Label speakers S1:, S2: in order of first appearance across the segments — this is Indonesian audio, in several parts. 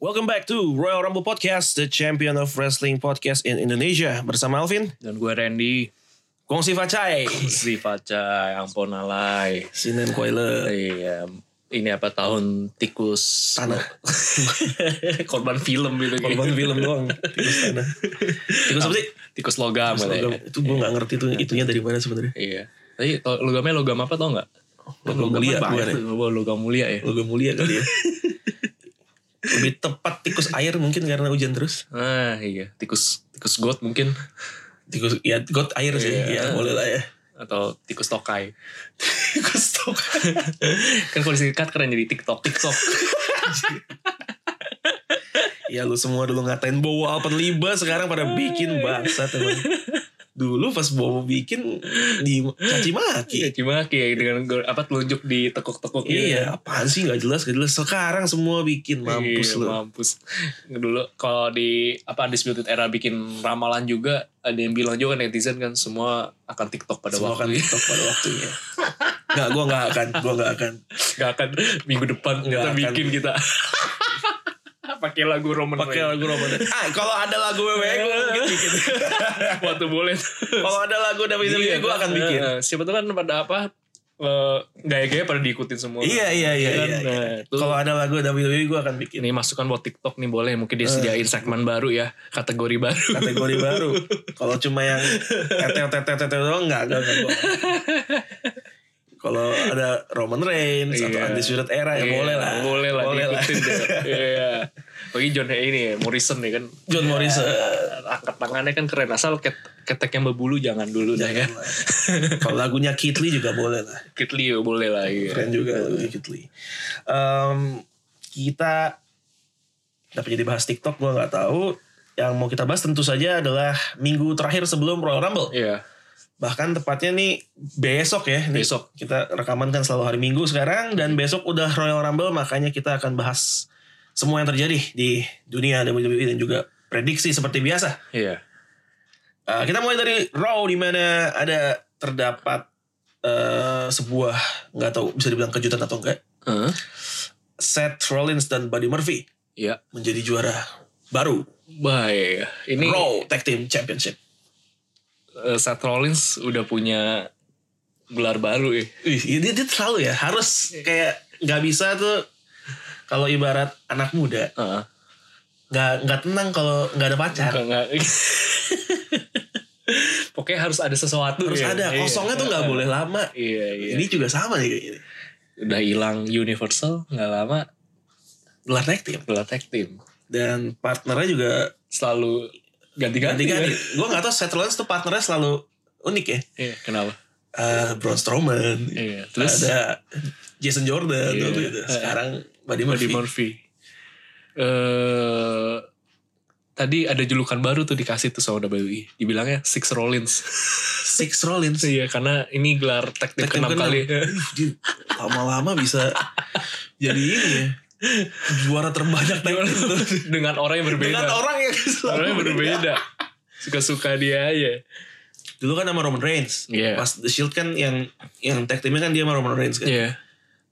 S1: Welcome back to Royal Rumble Podcast, the champion of wrestling podcast in Indonesia. Bersama Alvin,
S2: Dan gue Randy
S1: Kongsi Facai,
S2: Si Paca Ampun Alay
S1: Sinen Koile,
S2: Iya Ini apa tahun tikus
S1: Tanah.
S2: Korban film gitu
S1: Korban film doang. Tikus tanah. Tikus apa sih?
S2: Tikus logam
S1: Tikus logam.
S2: katanya.
S1: Itu gue gak ngerti tuh itunya dari mana sebenarnya.
S2: Iya Tapi to- logamnya logam apa tau gak?
S1: Logam mulia keluar ya.
S2: Logam mulia ya
S1: Logam mulia kali ya. Lebih tepat tikus air mungkin karena hujan terus.
S2: Ah iya Tikus Tikus god mungkin
S1: Tikus ya got air sih. Ya
S2: Iya.
S1: boleh lah ya.
S2: Atau tikus tokai Tikus tokai Kan kalau disingkat keren jadi tiktok Tiktok
S1: Ya lu semua dulu ngatain bawa alpen liba sekarang pada bikin bangsat emang. Dulu pas bawa bikin dicaci maki.
S2: Iya cuma kayak dengan go- apa telunjuk di tekuk-tekuk gitu
S1: Iya, apaan sih nggak jelas nggak jelas. Sekarang semua bikin mampus
S2: Iya,
S1: lu.
S2: mampus dulu kalau di apa Undisputed era bikin ramalan juga ada yang bilang juga netizen kan semua akan TikTok pada
S1: Semua akan
S2: waktu
S1: TikTok pada waktunya. Nggak, gue nggak akan, gue nggak akan.
S2: nggak akan minggu depan
S1: Nggak
S2: kita
S1: akan.
S2: bikin kita pakai lagu Iya, Roman
S1: Pakai lagu Roman. Ah, kalau ada lagu WWE gue mungkin bikin.
S2: waktu boleh
S1: Kalau ada lagu WWE gue akan bikin.
S2: Iya, siapa tuh kan pada apa eh, gaya-gaya pada diikutin semua
S1: Iya, iya, iya.
S2: Kan,
S1: iya, iya.
S2: nah, itu-
S1: Kalau ada lagu WWE gue akan bikin.
S2: ini masukan buat TikTok nih boleh mungkin
S1: Eh.
S2: disediain segmen baru ya kategori baru
S1: Kategori baru. Kalau cuma yang tetel tetel tetel doang nggak, nggak nggak, gua nggak. Kalau ada Roman Reigns atau
S2: Iya.
S1: Undisputed Era ya
S2: Iya,
S1: boleh lah.
S2: Boleh lah
S1: Boleh lah.
S2: diikutin deh. Iya. Bagi John ini ya, Morrison nih kan.
S1: John Morrison.
S2: Angkat tangannya kan keren. Asal ket ketek yang berbulu jangan dulu dah ya.
S1: Kalau lagunya Kitli juga boleh lah.
S2: Kit Leo boleh lah. Iya.
S1: Keren juga lagunya Kitli. Em, kita kenapa jadi bahas TikTok gue nggak tahu. Yang mau kita bahas tentu saja adalah minggu terakhir sebelum Royal Rumble.
S2: Iya.
S1: Bahkan tepatnya nih besok ya. Nih,
S2: Besok.
S1: Kita rekaman kan selalu hari Minggu sekarang dan besok udah Royal Rumble makanya kita akan bahas semua yang terjadi di dunia WWE dan juga prediksi seperti biasa.
S2: Iya.
S1: Uh, kita mulai dari Raw di mana ada terdapat eh, sebuah nggak tahu bisa dibilang kejutan atau enggak.
S2: Heeh.
S1: Seth Rollins dan Buddy Murphy
S2: Iya.
S1: menjadi juara baru
S2: Baik. Ini
S1: Raw Tag Team Championship.
S2: eh, Seth Rollins udah punya gelar baru ya.
S1: Ih, ini dia selalu ya harus kayak nggak bisa tuh kalau ibarat anak muda
S2: Heeh.
S1: nggak nggak tenang kalau nggak ada pacar.
S2: Nggak- nggak- Pokoknya harus ada sesuatu
S1: Harus
S2: ya.
S1: ada
S2: Iya.
S1: kosongnya tuh nggak boleh lama.
S2: Iya, iya.
S1: Ini juga sama nih kayak gini.
S2: Udah hilang Universal nggak lama
S1: Gelar Tag Team
S2: gelar tag team.
S1: dan partnernya juga
S2: selalu ganti-ganti
S1: ganti-ganti.
S2: kan?
S1: Gue nggak tahu Seth Rollins tuh partnernya selalu unik ya.
S2: Iya, kenapa?
S1: eh Braun Strowman,
S2: Iya, terus
S1: ada Jason Jordan
S2: Iya.
S1: waktu itu. Sekarang Buddy Murphy.
S2: Buddy Murphy. Eh tadi ada julukan baru tuh dikasih tuh sama WWE, dibilangnya Six Rollins.
S1: Six Rollins.
S2: Iya, karena ini gelar tag team
S1: Tag team
S2: keenam
S1: keenam.
S2: kali.
S1: Aduh, dia lama-lama bisa jadi ini ya. Juara terbanyak tag team tuh.
S2: Dengan orang yang berbeda.
S1: Dengan orang yang selalu
S2: orang yang berbeda. Suka-suka dia aja.
S1: Dulu kan sama Roman Reigns.
S2: Iya.
S1: Pas The Shield kan yang yang tag teamnya kan dia sama Roman Reigns kan.
S2: Iya.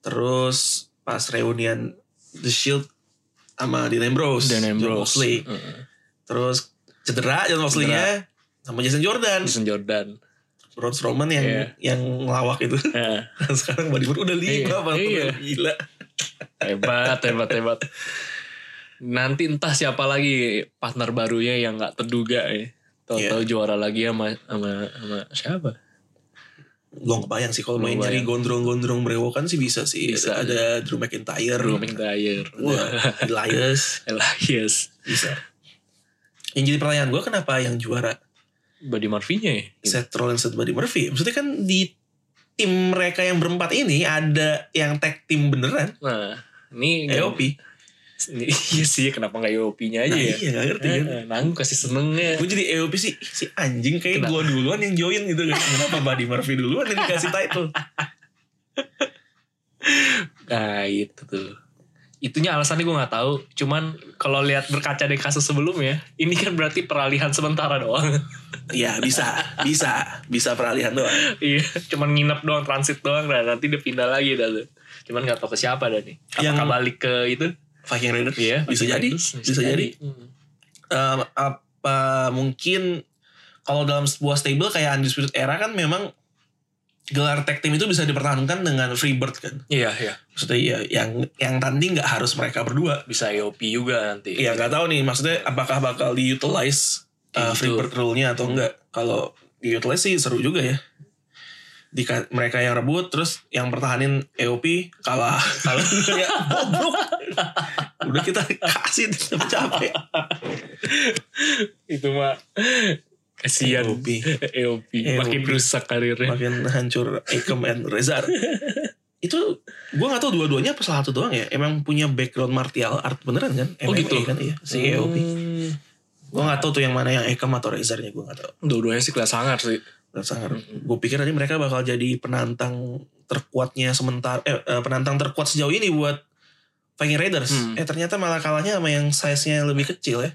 S1: Terus pas reunian The Shield sama Dean Ambrose,
S2: Dan
S1: John
S2: Ambrose.
S1: Moxley.
S2: Heeh.
S1: Terus cedera John Moxley-nya sama Jason Jordan.
S2: Jason Jordan.
S1: Braun Strowman yang
S2: Iya.
S1: yang ngelawak itu.
S2: Heeh.
S1: Dan sekarang Buddy Murphy udah lima
S2: Iya,
S1: partner.
S2: iya.
S1: gila.
S2: hebat hebat hebat nanti entah siapa lagi partner barunya yang nggak terduga ya tahu-tahu
S1: Iya.
S2: juara lagi sama sama, sama siapa
S1: Gue kebayang sih kalau main
S2: Nggak
S1: cari
S2: kebayang.
S1: gondrong-gondrong berewokan sih bisa sih.
S2: Bisa,
S1: ada, ada Drew McIntyre,
S2: Drew McIntyre
S1: wah, Elias
S2: Elias
S1: bisa. Yang jadi pertanyaan gue kenapa yang juara
S2: Buddy Murphy-nya ya
S1: Seth Rollins dan Buddy Murphy? Maksudnya kan di tim mereka yang berempat ini ada yang tag tim beneran,
S2: nah ini
S1: EOP.
S2: ini- iya sih kenapa nggak EOP-nya
S1: Nah,
S2: aja ya
S1: iya gak ngerti kan.
S2: Eh, nanggung kasih senengnya
S1: Gue jadi EOP sih, ih, si anjing kayak
S2: Kenapa?
S1: gue duluan yang join gitu kan. Kenapa Buddy Murphy duluan yang dikasih title?
S2: nah itu tuh itunya alasannya gue nggak tahu cuman kalau lihat berkaca dari kasus sebelumnya ini kan berarti peralihan sementara doang
S1: Iya bisa, bisa, bisa peralihan doang.
S2: Iya, cuman nginep doang, transit doang, nah nanti dia pindah lagi dah tuh. Cuman gak tahu ke siapa dah nih. Apakah
S1: Yang-
S2: balik ke itu?
S1: Viking Raiders.
S2: Iya,
S1: bisa
S2: Viking
S1: jadi,
S2: Raiders,
S1: bisa jadi.
S2: Hmm.
S1: Em, apa mungkin kalau dalam sebuah stable kayak Undisputed Era kan memang gelar tag team itu bisa dipertahankan dengan Freebird kan.
S2: Iya, iya.
S1: Maksudnya ya yang yang tanding nggak harus mereka berdua.
S2: Bisa IOP juga nanti.
S1: Ya nggak tahu nih maksudnya apakah bakal diutilize
S2: Kayak
S1: uh,
S2: gitu.
S1: Freebird rule-nya atau enggak. Kalau diutilize sih seru juga ya. Dika, mereka yang rebut terus yang pertahanin EOP kalah. Kalah ya bobrok. Udah kita kasih capek.
S2: Itu mah kasihan
S1: EOP.
S2: EOP.
S1: E
S2: Makin
S1: EOP.
S2: rusak
S1: E
S2: karirnya.
S1: makin hancur Ekem and Rezar itu gue gak tau dua-duanya apa salah satu doang ya emang punya background martial art beneran kan
S2: Oh,
S1: MMA
S2: gitu?
S1: kan iya si EOP gue
S2: Hmm.
S1: gak tau tuh yang mana yang Ekem atau Rezarnya gue gak tau
S2: Dua-duanya sih kelas sangar sih.
S1: sangar gue pikir nanti mereka bakal jadi penantang terkuatnya sementara eh, eh, penantang terkuat sejauh ini buat Viking Raiders
S2: Hmm.
S1: eh ternyata malah kalahnya sama yang size-nya lebih kecil ya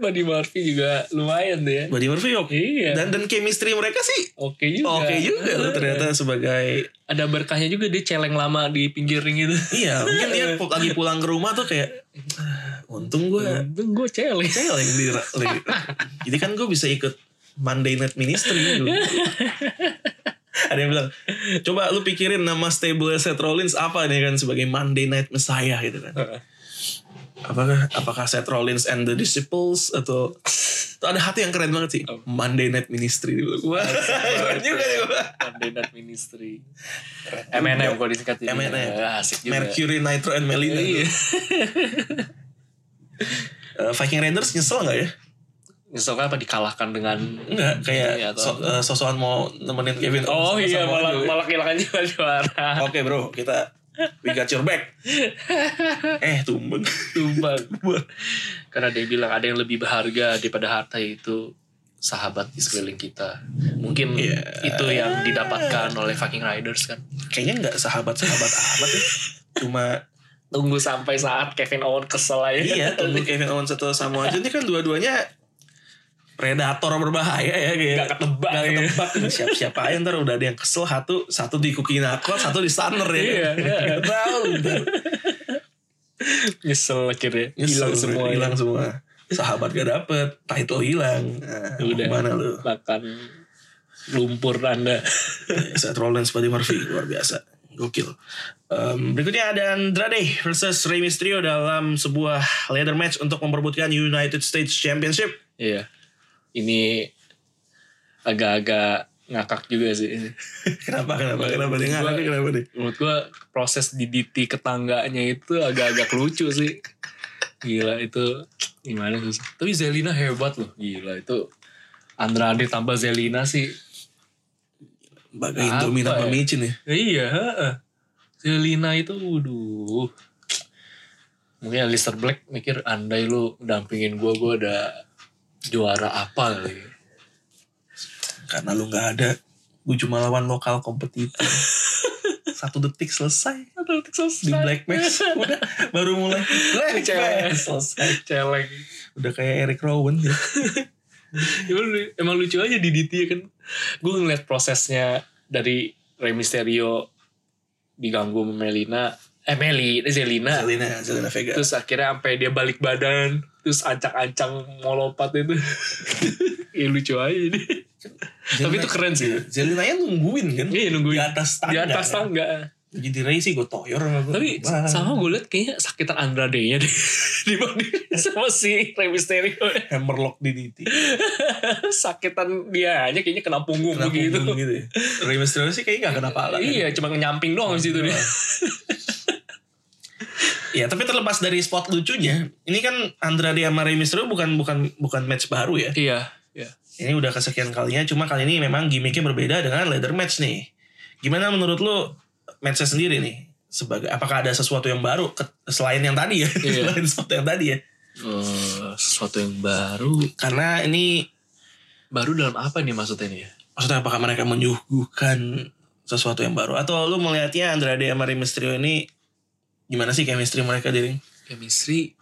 S2: Buddy Murphy juga lumayan tuh ya.
S1: Buddy Murphy oke.
S2: Iya.
S1: dan dan chemistry mereka sih
S2: Oke
S1: oke
S2: juga.
S1: juga loh ternyata sebagai
S2: Ada berkahnya juga dia celeng lama di pinggir ring itu.
S1: Iya, mungkin dia pu- lagi pulang ke rumah tuh kayak "Ah, untung gue
S2: Untung gue celeng.
S1: saya lagi di lagi- jadi kan gue bisa ikut Monday Night Ministry dulu. Ada yang bilang, coba lu pikirin nama stable Seth Rollins apa nih kan sebagai Monday Night Messiah gitu kan.
S2: Heeh.
S1: Apakah apakah Seth Rollins and the Disciples atau Tuh ada hati yang keren banget sih.
S2: Oh.
S1: Monday Night Ministry dulu. Wah, keren juga nih gua.
S2: Monday Night Ministry. MNM kalau disingkat jadi.
S1: M&M.
S2: Ah, Asik juga.
S1: Mercury, Nitro, and Melina.
S2: Iya.
S1: Eh, Viking Raiders nyesel gak ya?
S2: Nyesel apa dikalahkan dengan
S1: Enggak, kayak
S2: Iya,
S1: so,
S2: atau-
S1: eh, sosokan mau nemenin Kevin.
S2: Oh
S1: Sama-
S2: iya
S1: sama
S2: malah
S1: juga.
S2: malah kehilangan juga juara.
S1: Oke bro, kita we got your back. eh tumben.
S2: Tumbang. Karena dia bilang ada yang lebih berharga daripada harta yaitu sahabat di sekeliling kita. Mungkin
S1: Iya.
S2: itu yang didapatkan oleh fucking riders kan.
S1: Kayaknya nggak sahabat-sahabat amat ya. Cuma
S2: Tunggu sampai saat Kevin Owen kesel aja.
S1: iya tunggu Kevin Owens atau Samoa Joe ini kan dua-duanya predator berbahaya ya kayak
S2: Nggak ketebak,
S1: Nggak
S2: iya.
S1: ketebak. siap-siap aja ntar udah ada yang kesel satu satu di kuki nakal satu di stunner ya
S2: Iya, iya.
S1: Nggak tahu ntar.
S2: Nyesel akhirnya.
S1: Nyesel,
S2: Hilang semua.
S1: hilang semua sahabat gak dapet title hilang nah, mau
S2: Udah.
S1: kemana lu
S2: Makan lumpur Anda.
S1: Seth Rollins, Buddy Murphy luar biasa gokil Em, berikutnya ada Andrade versus Rey Mysterio dalam sebuah ladder match untuk memperebutkan United States Championship
S2: Iya. Ini agak-agak ngakak juga sih.
S1: kenapa kenapa kenapa nih Nggak,
S2: Gua-
S1: kenapa nih
S2: Menurut gua proses DDT ke tangganya itu agak-agak lucu sih. Gila itu gimana susah. Tapi Zelina hebat loh. Gila itu Andrade tambah Zelina sih.
S1: bagai
S2: Apa
S1: Indomie tanpa
S2: ya?
S1: micin ya
S2: Iya. heeh. Zelina itu waduh. Mungkin Alistair Black mikir andai lu dampingin gua gua ada juara apa kali.
S1: karena lu nggak ada gue cuma lawan lokal kompetitor satu detik selesai di black match udah baru mulai black
S2: Cewek.
S1: match selesai
S2: Celeng.
S1: udah kayak Eric Rowan ya
S2: Emang, Ya lu- emang lucu aja DDT ya kan. Gue ngeliat prosesnya dari Rey Mysterio diganggu sama Melina. Eh Meli, eh, Zelina.
S1: Zelina Zelina Vega
S2: Terus akhirnya sampai dia balik badan. Terus ancang-ancang mau lompat itu. ya lucu aja ini. Tapi itu keren sih.
S1: Zelina ya nungguin kan
S2: Iya
S1: di
S2: nungguin.
S1: atas
S2: Di
S1: tangga
S2: atas
S1: kan.
S2: tangga.
S1: jadi di Ray sih gue toyor sama gua.
S2: Tapi
S1: Wah.
S2: sama gue liat kayaknya sakitan Andrade-nya deh. Dibanding sama si Rey Mysterio. ya.
S1: hammerlock di DT
S2: sakitan dia aja kayaknya kena punggung
S1: kenapa
S2: begitu.
S1: gitu gitu ya Ray Mysterio sih kayaknya gak kena pala kan.
S2: Iya, cuma nyamping doang di situ dia.
S1: Ya tapi terlepas dari spot lucunya, ini kan Andrade sama Rey Mysterio bukan bukan bukan match baru ya.
S2: Iya, iya.
S1: Ini udah kesekian kalinya, cuma kali ini memang gimmicknya berbeda dengan ladder match nih. Gimana menurut lu matchnya sendiri nih? Sebagai apakah ada sesuatu yang baru ke- selain yang tadi ya,
S2: Iya.
S1: selain spot yang tadi ya?
S2: Eh, sesuatu yang baru.
S1: Karena ini
S2: Baru dalam apa nih maksudnya nih ya?
S1: maksudnya apakah mereka menyuguhkan sesuatu yang baru atau lu melihatnya Andrade sama Rey Mysterio ini gimana sih chemistry mereka di ring
S2: Chemistry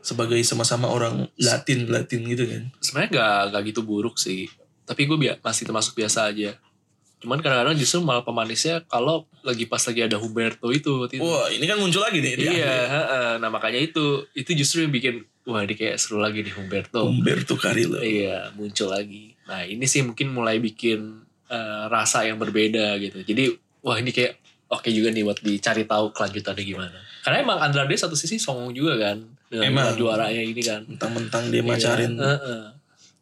S1: sebagai sama-sama orang Latin Latin gitu kan
S2: sebenarnya gak, gak gitu buruk sih. Tapi gue bi- masih termasuk biasa aja. Cuman kadang-kadang justru malah pemanisnya kalau lagi pas lagi ada Huberto itu. waktu itu.
S1: Wah, ini kan muncul lagi nih. di
S2: Oh, iya,
S1: akhir.
S2: heeh. nah makanya itu itu justru yang bikin wah ini kayak seru lagi nih Humberto.
S1: Humberto Carrillo.
S2: Iya, muncul lagi. Nah, ini sih mungkin mulai bikin eh, rasa yang berbeda gitu. Jadi, wah ini kayak oke juga nih buat dicari tahu kelanjutannya gimana. Karena emang Andrade satu sisi songong juga kan. Dengan
S1: Emang.
S2: juaranya ini kan.
S1: Mentang-mentang dia macarin.
S2: Iya, heeh.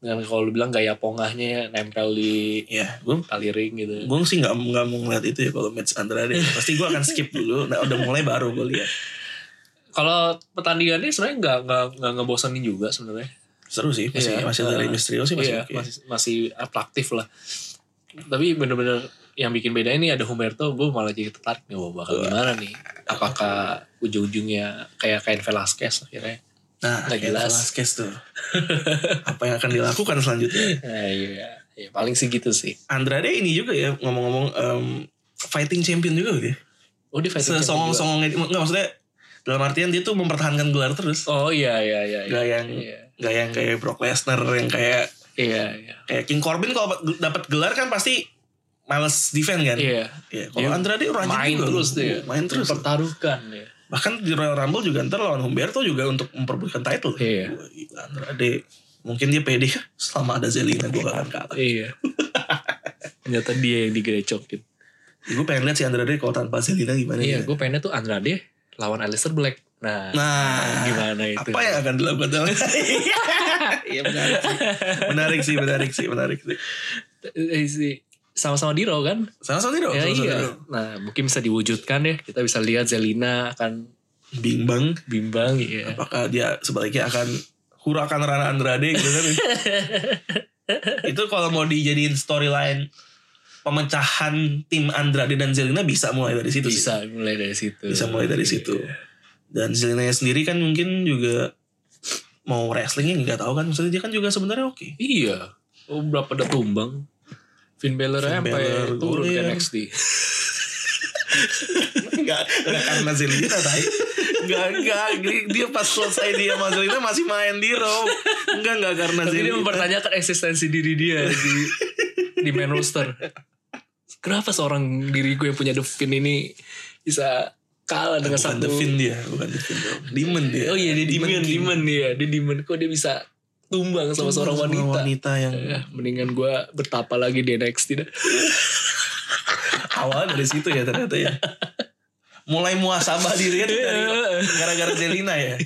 S2: Dengan kalau lu bilang gaya pongahnya nempel di
S1: Ya, gue
S2: tali ring gitu.
S1: gue sih nggak nggak mau ngeliat itu ya kalau match Andrade
S2: Iya.
S1: pasti gue akan skip dulu nah udah mulai baru gue lihat
S2: Kalau pertandingannya sebenarnya nggak nggak nggak ngebosenin juga sebenarnya.
S1: seru sih masih
S2: Iya.
S1: masih dari
S2: Eh,
S1: Mysterio sih masih
S2: iya,
S1: oke
S2: masih masih atraktif lah. Tapi bener-bener yang bikin beda ini ada Humberto, gue malah jadi tertarik nih, wah bakal gimana nih? Apakah ujung-ujungnya kayak kain Velasquez akhirnya?
S1: nah
S2: nggak
S1: kayak
S2: jelas.
S1: Velasquez tuh apa yang akan dilakukan selanjutnya
S2: Nah, iya, ya, paling sih gitu sih.
S1: Andrade ini juga ya ngomong-ngomong em, fighting champion juga gitu ya
S2: Oh dia fighting champion juga.
S1: sesongong-songongnya nggak maksudnya dalam artian dia tuh mempertahankan gelar terus
S2: Oh iya iya iya. iya.
S1: Nggak yang-
S2: iya
S1: nggak yang kayak Brock Lesnar yang kayak
S2: iya iya.
S1: kayak King Corbin kalau dapat gelar kan pasti males defend kan
S2: Iya.
S1: Iya, kalau
S2: Dia
S1: Andrade orang
S2: Main terus dia.
S1: main terus
S2: Pertaruhkan ya.
S1: bahkan di Royal Rumble juga ntar lawan Humberto juga untuk memperebutkan title
S2: Iya.
S1: Wah, gila, Andrade mungkin dia pede selama ada Zelina gue gak akan kalah
S2: Iya. Ternyata dia yang gitu. digerecokin.
S1: gue pengen lihat si Andrade kalau tanpa Zelina gimana ya.
S2: Iya, gue pengennya tuh Andrade lawan Aleister Black. Nah, ya?
S1: nah
S2: gimana itu?
S1: apa yang akan dilakukan Iya menarik sih. menarik sih menarik sih menarik sih
S2: Eh, si- sama-sama di Raw kan?
S1: sama-sama tidak
S2: ya
S1: sama-sama
S2: iya.
S1: tidak.
S2: Nah, mungkin bisa diwujudkan ya. Kita bisa lihat Zelina akan
S1: bimbang
S2: bimbang ya.
S1: apakah dia sebaliknya akan hurakan Rana Andrade gitu kan itu kalau mau dijadiin storyline pemecahan tim Andrade dan Zelina bisa mulai dari situ sih.
S2: Bisa Iya. mulai dari situ.
S1: bisa mulai dari situ dan Zelina sendiri kan mungkin juga mau wrestlingnya nggak tahu kan maksudnya dia kan juga sebenarnya oke
S2: Iya. Oh, berapa udah tumbang? Finn Balor
S1: Finn
S2: aja sampai
S1: Balor,
S2: turun ke
S1: Goliath.
S2: NXT.
S1: nggak nggak karena Zelina tai nggak nggak dia pas selesai dia sama Zelina masih main di Raw nggak nggak karena
S2: Tapi dia
S1: Zelina
S2: mempertanyakan eksistensi diri dia di di main roster. Kenapa seorang diri gue yang punya The Finn ini bisa kalah dengan
S1: bukan
S2: satu
S1: The Finn dia bukan The Finn dong. Demon dia
S2: Oh iya dia demon,
S1: King.
S2: demon dia, dia demon kok dia bisa tumbang sama seorang
S1: Sama
S2: wanita.
S1: wanita yang
S2: Ya, mendingan gue bertapa lagi di NXT dah.
S1: awal dari situ ya ternyata ya mulai muasabah dirinya tuh dari gara-gara Zelina ya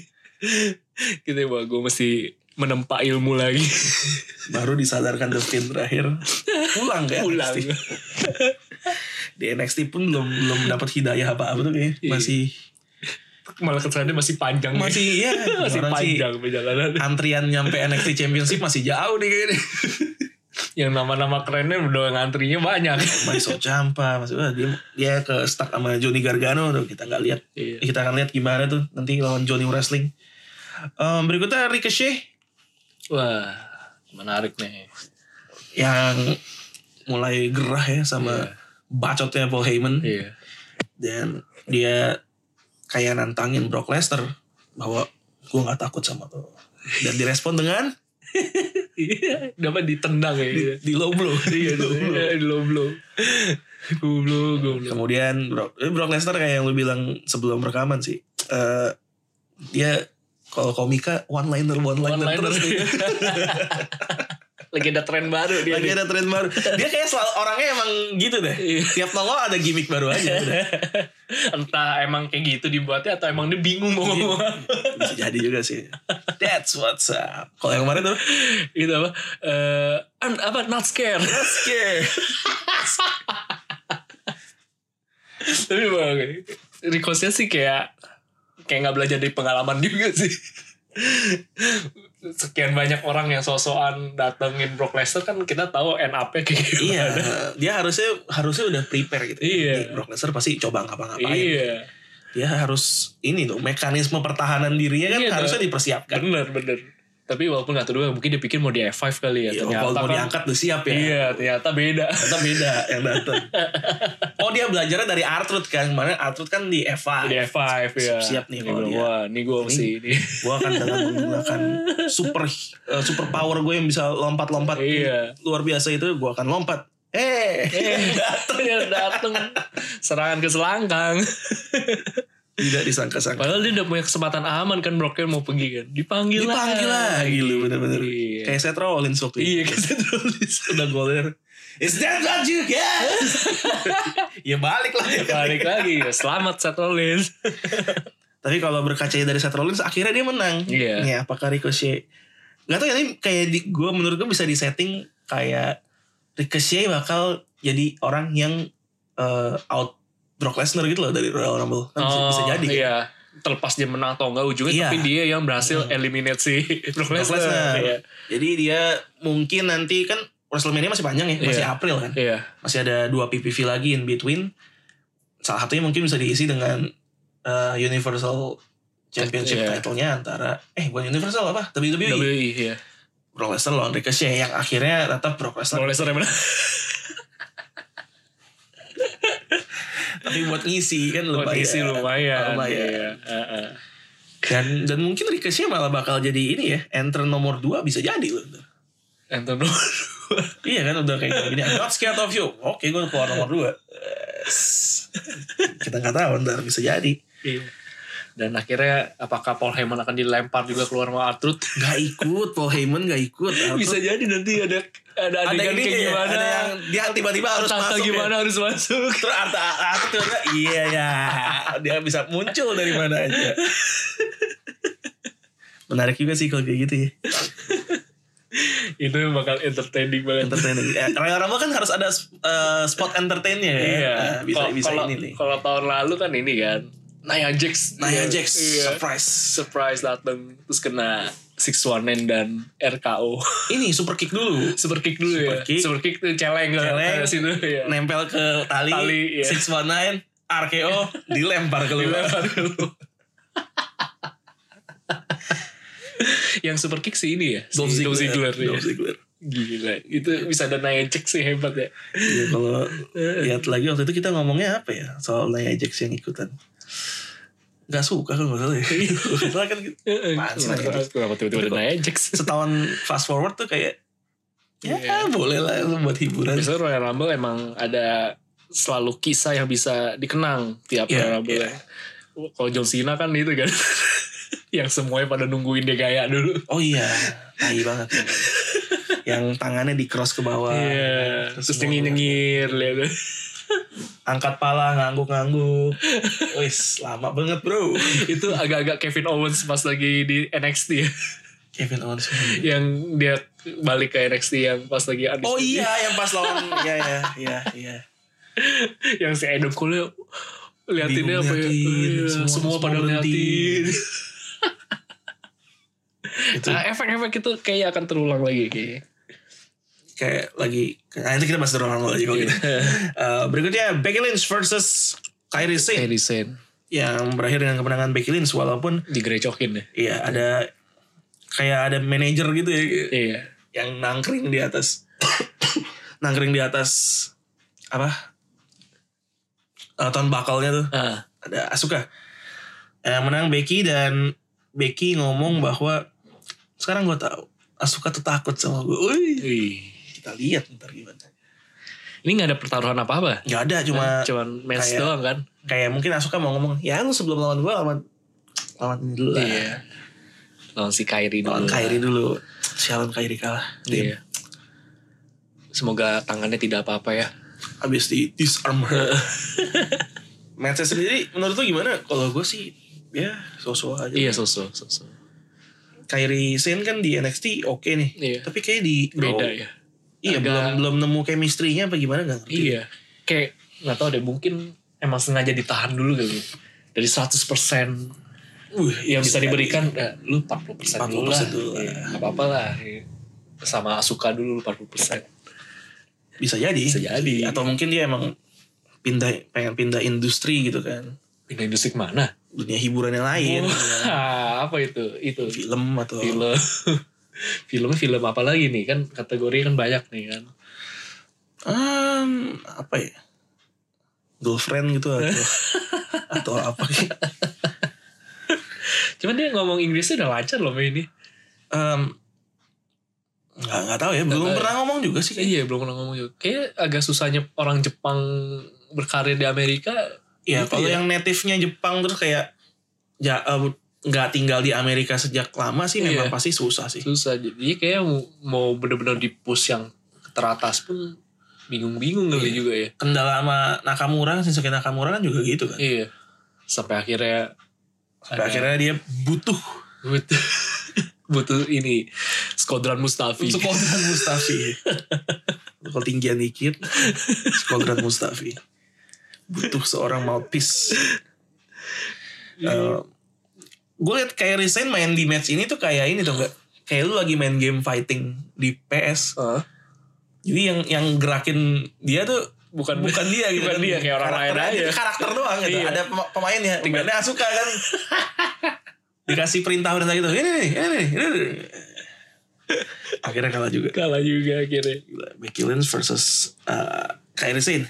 S2: gitu ya, bahwa gue mesti menempa ilmu lagi.
S1: baru disadarkan The Finn terakhir pulang ke
S2: Pulang.
S1: NXT di NXT pun belum belum dapat hidayah apa apa tuh kayaknya
S2: Iya.
S1: masih
S2: Malah kesannya masih panjang. ya.
S1: masih ya
S2: masih
S1: orang sih
S2: panjang perjalanan.
S1: antrian nyampe NXT Championship masih jauh nih kayaknya
S2: Yang nama-nama kerennya udah ngantrinya banyak.
S1: Maiso Champa maksudnya dia dia ke stuck sama Johnny Gargano tuh kita nggak lihat
S2: Iya.
S1: kita akan lihat gimana tuh nanti lawan Johnny Wrestling Em, berikutnya Ricochet
S2: Wah, menarik nih.
S1: yang mulai gerah ya sama bacotnya Paul Heyman
S2: Iya.
S1: dan dia kayak nantangin Brock Lesnar bahwa gue nggak takut sama lo dan direspon dengan
S2: Iya, dapat ditendang ya. Iya,
S1: di low blow
S2: iya,
S1: Di low blow.
S2: di loblo. Goblok, goblok.
S1: Iya. kemudian Brock, eh, Brock Lesnar kayak yang lu bilang sebelum rekaman sih eh, dia kalau komika one liner one liner,
S2: Online
S1: terus nih.
S2: Lagi ada tren baru dia.
S1: lagi
S2: nih.
S1: ada tren baru dia kayak selalu orangnya emang gitu deh
S2: Iya.
S1: tiap nongol ada gimmick baru aja udah.
S2: Entah emang kayak gitu dibuatnya atau emang dia bingung mau ngomong apa.
S1: bisa jadi juga sih that's what's up kalau yang kemarin tuh
S2: Gitu apa? Eh, I'm- apa not scared.
S1: Oke.
S2: Tapi bang, Ricochet sih kayak kayak nggak belajar dari pengalaman juga sih. Sekian banyak orang yang sosokan datengin Brock Lesnar kan kita tahu end up-nya kayak gimana.
S1: Iya, dia harusnya harusnya udah prepare gitu.
S2: Iya.
S1: Di Brock Lesnar pasti coba ngapa-ngapain.
S2: Iya,
S1: Dia harus ini loh mekanisme pertahanan dirinya kan
S2: Iya,
S1: harusnya dipersiapkan.
S2: bener bener. Tapi walaupun nggak terduga, mungkin dia pikir mau di F5 kali ya.
S1: Ya,
S2: ternyata
S1: kalau mau
S2: kan,
S1: diangkat udah siap ya.
S2: Iya, ternyata beda.
S1: Ternyata beda yang datang. oh dia belajarnya dari Artrud kan. Kemarin Artrud kan di
S2: Di
S1: Eva.
S2: F5 ya.
S1: Siap-siap nih
S2: Ini
S1: kalau
S2: gua,
S1: dia.
S2: Wah, ini gue mesti ini.
S1: Gue akan dengan menggunakan super eh, super power gue yang bisa lompat-lompat
S2: Iya.
S1: luar biasa itu gue akan lompat. Eh,
S2: Eh, dateng ya dateng. Serangan ke selangkang.
S1: tidak disangka-sangka.
S2: Padahal dia udah punya kesempatan aman kan Broken mau pergi kan. Dipanggil,
S1: Dipanggil lagi lu bener-bener.
S2: Iya.
S1: Kayak Seth Rollins waktu itu.
S2: Iya kan terus.
S1: Udah goler. Is that what you get? ya balik lah. ya.
S2: Balik lagi. Ya, Selamat Seth Rollins.
S1: Tapi kalau berkaca dari Seth Rollins, akhirnya dia menang.
S2: Iya.
S1: Ya, apakah Ricochet? Gak tau ya, ini kayak di, gue menurut gue bisa disetting kayak Ricochet bakal jadi orang yang eh, out Brock Lesnar gitu loh dari Royal Rumble. Kan bisa, bisa jadi.
S2: Iya. Terlepas dia menang atau enggak ujungnya
S1: Iya.
S2: tapi dia yang berhasil eliminate si Brock
S1: Brock
S2: Lesnar.
S1: Lesnar.
S2: Iya.
S1: Jadi dia mungkin nanti kan WrestleMania masih panjang ya, masih
S2: Iya.
S1: April kan.
S2: Iya.
S1: Masih ada dua PPV lagi in between. Salah satunya mungkin bisa diisi dengan eh, Universal Championship
S2: Iya.
S1: title-nya antara eh bukan Universal apa? WWE.
S2: WWE iya.
S1: Brock Lesnar lawan Ricochet yang akhirnya tetap Brock Lesnar.
S2: Brock Lesnar yang menang.
S1: Tapi buat ngisi kan lumayan.
S2: Kondisi lumayan.
S1: Lumayan.
S2: Iya. Heeh.
S1: Dan dan mungkin Ricochet malah bakal jadi ini ya, enter nomor 2 bisa jadi loh. ntar.
S2: Anton Rowe.
S1: Iya kan udah kayak gini, I'm not scared of you. Oke, gue keluar nomor 2. Kita nggak tahu ntar bisa jadi.
S2: Iya. Dan akhirnya apakah Paul Heyman akan dilempar juga keluar sama Artrud?
S1: Gak ikut, Paul Heyman gak ikut.
S2: Bisa jadi nanti ada ada
S1: ada
S2: adegan
S1: ini
S2: kayak
S1: ya,
S2: gimana.
S1: ada yang dia tiba-tiba harus
S2: Tata
S1: masuk. Ya.
S2: gimana harus masuk.
S1: Terus Arta Arta tiba-tiba, iya ya. Dia bisa muncul dari mana aja. Menarik juga sih kalau kayak gitu ya.
S2: Itu yang bakal entertaining banget.
S1: entertaining. Eh, Royal Rumble kan harus ada eh, spot entertainnya ya.
S2: Iya.
S1: Nah, bisa
S2: Kalau-
S1: bisa
S2: kalau-
S1: ini nih.
S2: Kalau tahun lalu kan ini kan Nia Jax.
S1: Nia Jax
S2: Iya.
S1: surprise.
S2: surprise datang terus kena 619 dan RKO.
S1: Ini super kick dulu.
S2: Super kick dulu
S1: Super
S2: ya.
S1: kick.
S2: Super kick tuh celeng ke
S1: Celeng.
S2: ke Eh, situ ya.
S1: Nempel ke tali,
S2: Tali, iya.
S1: 619 RKO dilempar keluar.
S2: Dilempar keluar. yang super kick sih ini ya si
S1: Dolph Ziggler.
S2: ya.
S1: Dolph Ziggler.
S2: gila itu bisa ada naik cek sih hebat ya
S1: Iya, kalau
S2: Eh.
S1: lihat lagi waktu itu kita ngomongnya apa ya soal Nia Jax yang ikutan. Gak suka kan nggak salah ya.
S2: Iya.
S1: Nggak salah kan gitu. Apaan sih Nia Jax?
S2: kenapa tiba-tiba ada naik cek
S1: setahun fast forward tuh kayak ya
S2: Iya.
S1: boleh lah lu buat hiburan.
S2: biasanya Royal Rumble emang ada selalu kisah yang bisa dikenang tiap
S1: Iya,
S2: Royal Rumble
S1: iya.
S2: ya. kalau John Cena kan itu kan yang semuanya pada nungguin dia gaya dulu
S1: Oh iya, tai banget. yang tangannya di cross ke bawah.
S2: Iya, terus
S1: Terus
S2: nyengir
S1: nyengir
S2: nyengir lihat.
S1: angkat pala ngangguk-ngangguk. Wis, lama banget, Bro.
S2: itu agak-agak Kevin Owens pas lagi di NXT ya.
S1: Kevin Owens.
S2: yang dia balik ke NXT yang pas lagi
S1: Oh
S2: undisputed.
S1: iya, yang pas lawan iya ya, iya, iya.
S2: yang si Adam Cole liatinnya
S1: Bingung
S2: apa ya
S1: liatin,
S2: Iya,
S1: semua-
S2: semua,
S1: semua
S2: pada
S1: berhenti.
S2: liatin
S1: Itu
S2: nah efek-efek itu kayaknya akan terulang lagi kayaknya
S1: kayak lagi nah, nanti kita bahas drama normal aja kalau gitu.
S2: Iya.
S1: Eh, berikutnya Becky Lynch versus Kyrie Sane
S2: Edison
S1: yang berakhir dengan kemenangan Becky Lynch walaupun
S2: digerecokin ya
S1: Iya ada kayak ada manajer gitu ya
S2: iya
S1: yang nangkring di atas nangkring di atas apa Eh ton bakalnya tuh
S2: ah
S1: ada Asuka Eh, menang Becky dan Becky ngomong bahwa sekarang gue tahu Asuka tuh takut sama gue. Wih,
S2: wih.
S1: kita lihat ntar gimana.
S2: ini nggak ada pertaruhan apa apa
S1: Gak ada cuma
S2: cuman match
S1: kayak-
S2: doang kan
S1: kayak mungkin Asuka mau ngomong ya lu sebelum lawan gue lawan lawan ini dulu lah.
S2: iya lawan si Kyrie dulu
S1: Lawan Kairi dulu. Sialan Kairi kalah. Dia
S2: iya semoga tangannya tidak apa-apa ya
S1: habis di disarm her. Matchnya sendiri menurut lu gimana? Kalau gue sih ya sosok aja.
S2: iya so-so so-so.
S1: Kyrie Sane kan di NXT oke nih.
S2: Iya.
S1: Tapi kayak di Raw,
S2: beda ya
S1: Iya
S2: Agak-
S1: belum belum nemu chemistry-nya apa gimana gak ngerti.
S2: Iya. Kayak nggak tahu deh mungkin emang sengaja ditahan dulu kali. ya. Dari 100%
S1: Uh,
S2: yang bisa diberikan eh, lu 40%
S1: 40%
S2: dulu lah.
S1: dulu lah.
S2: Iya, nggak apa-apa lah. Iya. Sama suka dulu lu 40%.
S1: Bisa jadi.
S2: Bisa jadi.
S1: Iya. Atau mungkin dia emang pindah pengen pindah industri gitu kan.
S2: Pindah industri ke mana?
S1: Dunia hiburan yang lain.
S2: Wah, apa itu? Itu
S1: Film atau
S2: Iya. Oh. film. Filmnya film apa lagi nih kan kategorinya kan banyak nih kan.
S1: Em, apa ya? Girlfriend gitu atau atau apa gitu.
S2: Cuman dia ngomong Inggrisnya udah lancar loh Mei, ini.
S1: Em, nggak nggak tahu ya belum
S2: tahu ya.
S1: pernah ngomong juga sih kayaknya
S2: Iya belum pernah ngomong juga. Kayaknya agak susahnya orang Jepang berkarir di Amerika.
S1: ya
S2: Gitu
S1: kalau
S2: ya.
S1: yang native-nya Jepang terus kayak ja- eh, nggak tinggal di Amerika sejak lama sih memang
S2: Iya.
S1: pasti susah sih
S2: Susah. Jadi kayaknya mau- mau bener-bener di push yang teratas pun bingung-bingung kali juga ya.
S1: kendala sama Nakamura Shinsuke Nakamura kan juga gitu kan
S2: Iya. Sampai akhirnya
S1: Sampai akhirnya dia butuh
S2: butuh, butuh ini Skodran Mustafi.
S1: Skodran Mustafi ketinggian dikit Skodran Mustafi butuh seorang mouthpiece Eh
S2: Iya.
S1: gue liat kayak Resign main di match ini tuh kayak ini tuh enggak kayak lu lagi main game fighting di PS
S2: Hah?
S1: jadi yang yang gerakin dia tuh
S2: Bukan
S1: bukan dia gitu
S2: Bukan
S1: kan.
S2: dia, kayak orang lain
S1: Karakternya
S2: aja.
S1: jadi karakter doang gitu
S2: Iya.
S1: ada pema- pemainnya
S2: Tinggal-
S1: pemainnya suka kan dikasih perintah perintah gitu ini nih ini nih ini nih. akhirnya kalah juga
S2: Kalah juga akhirnya.
S1: Gila, Becky Lynch versus uh, Kairi Sane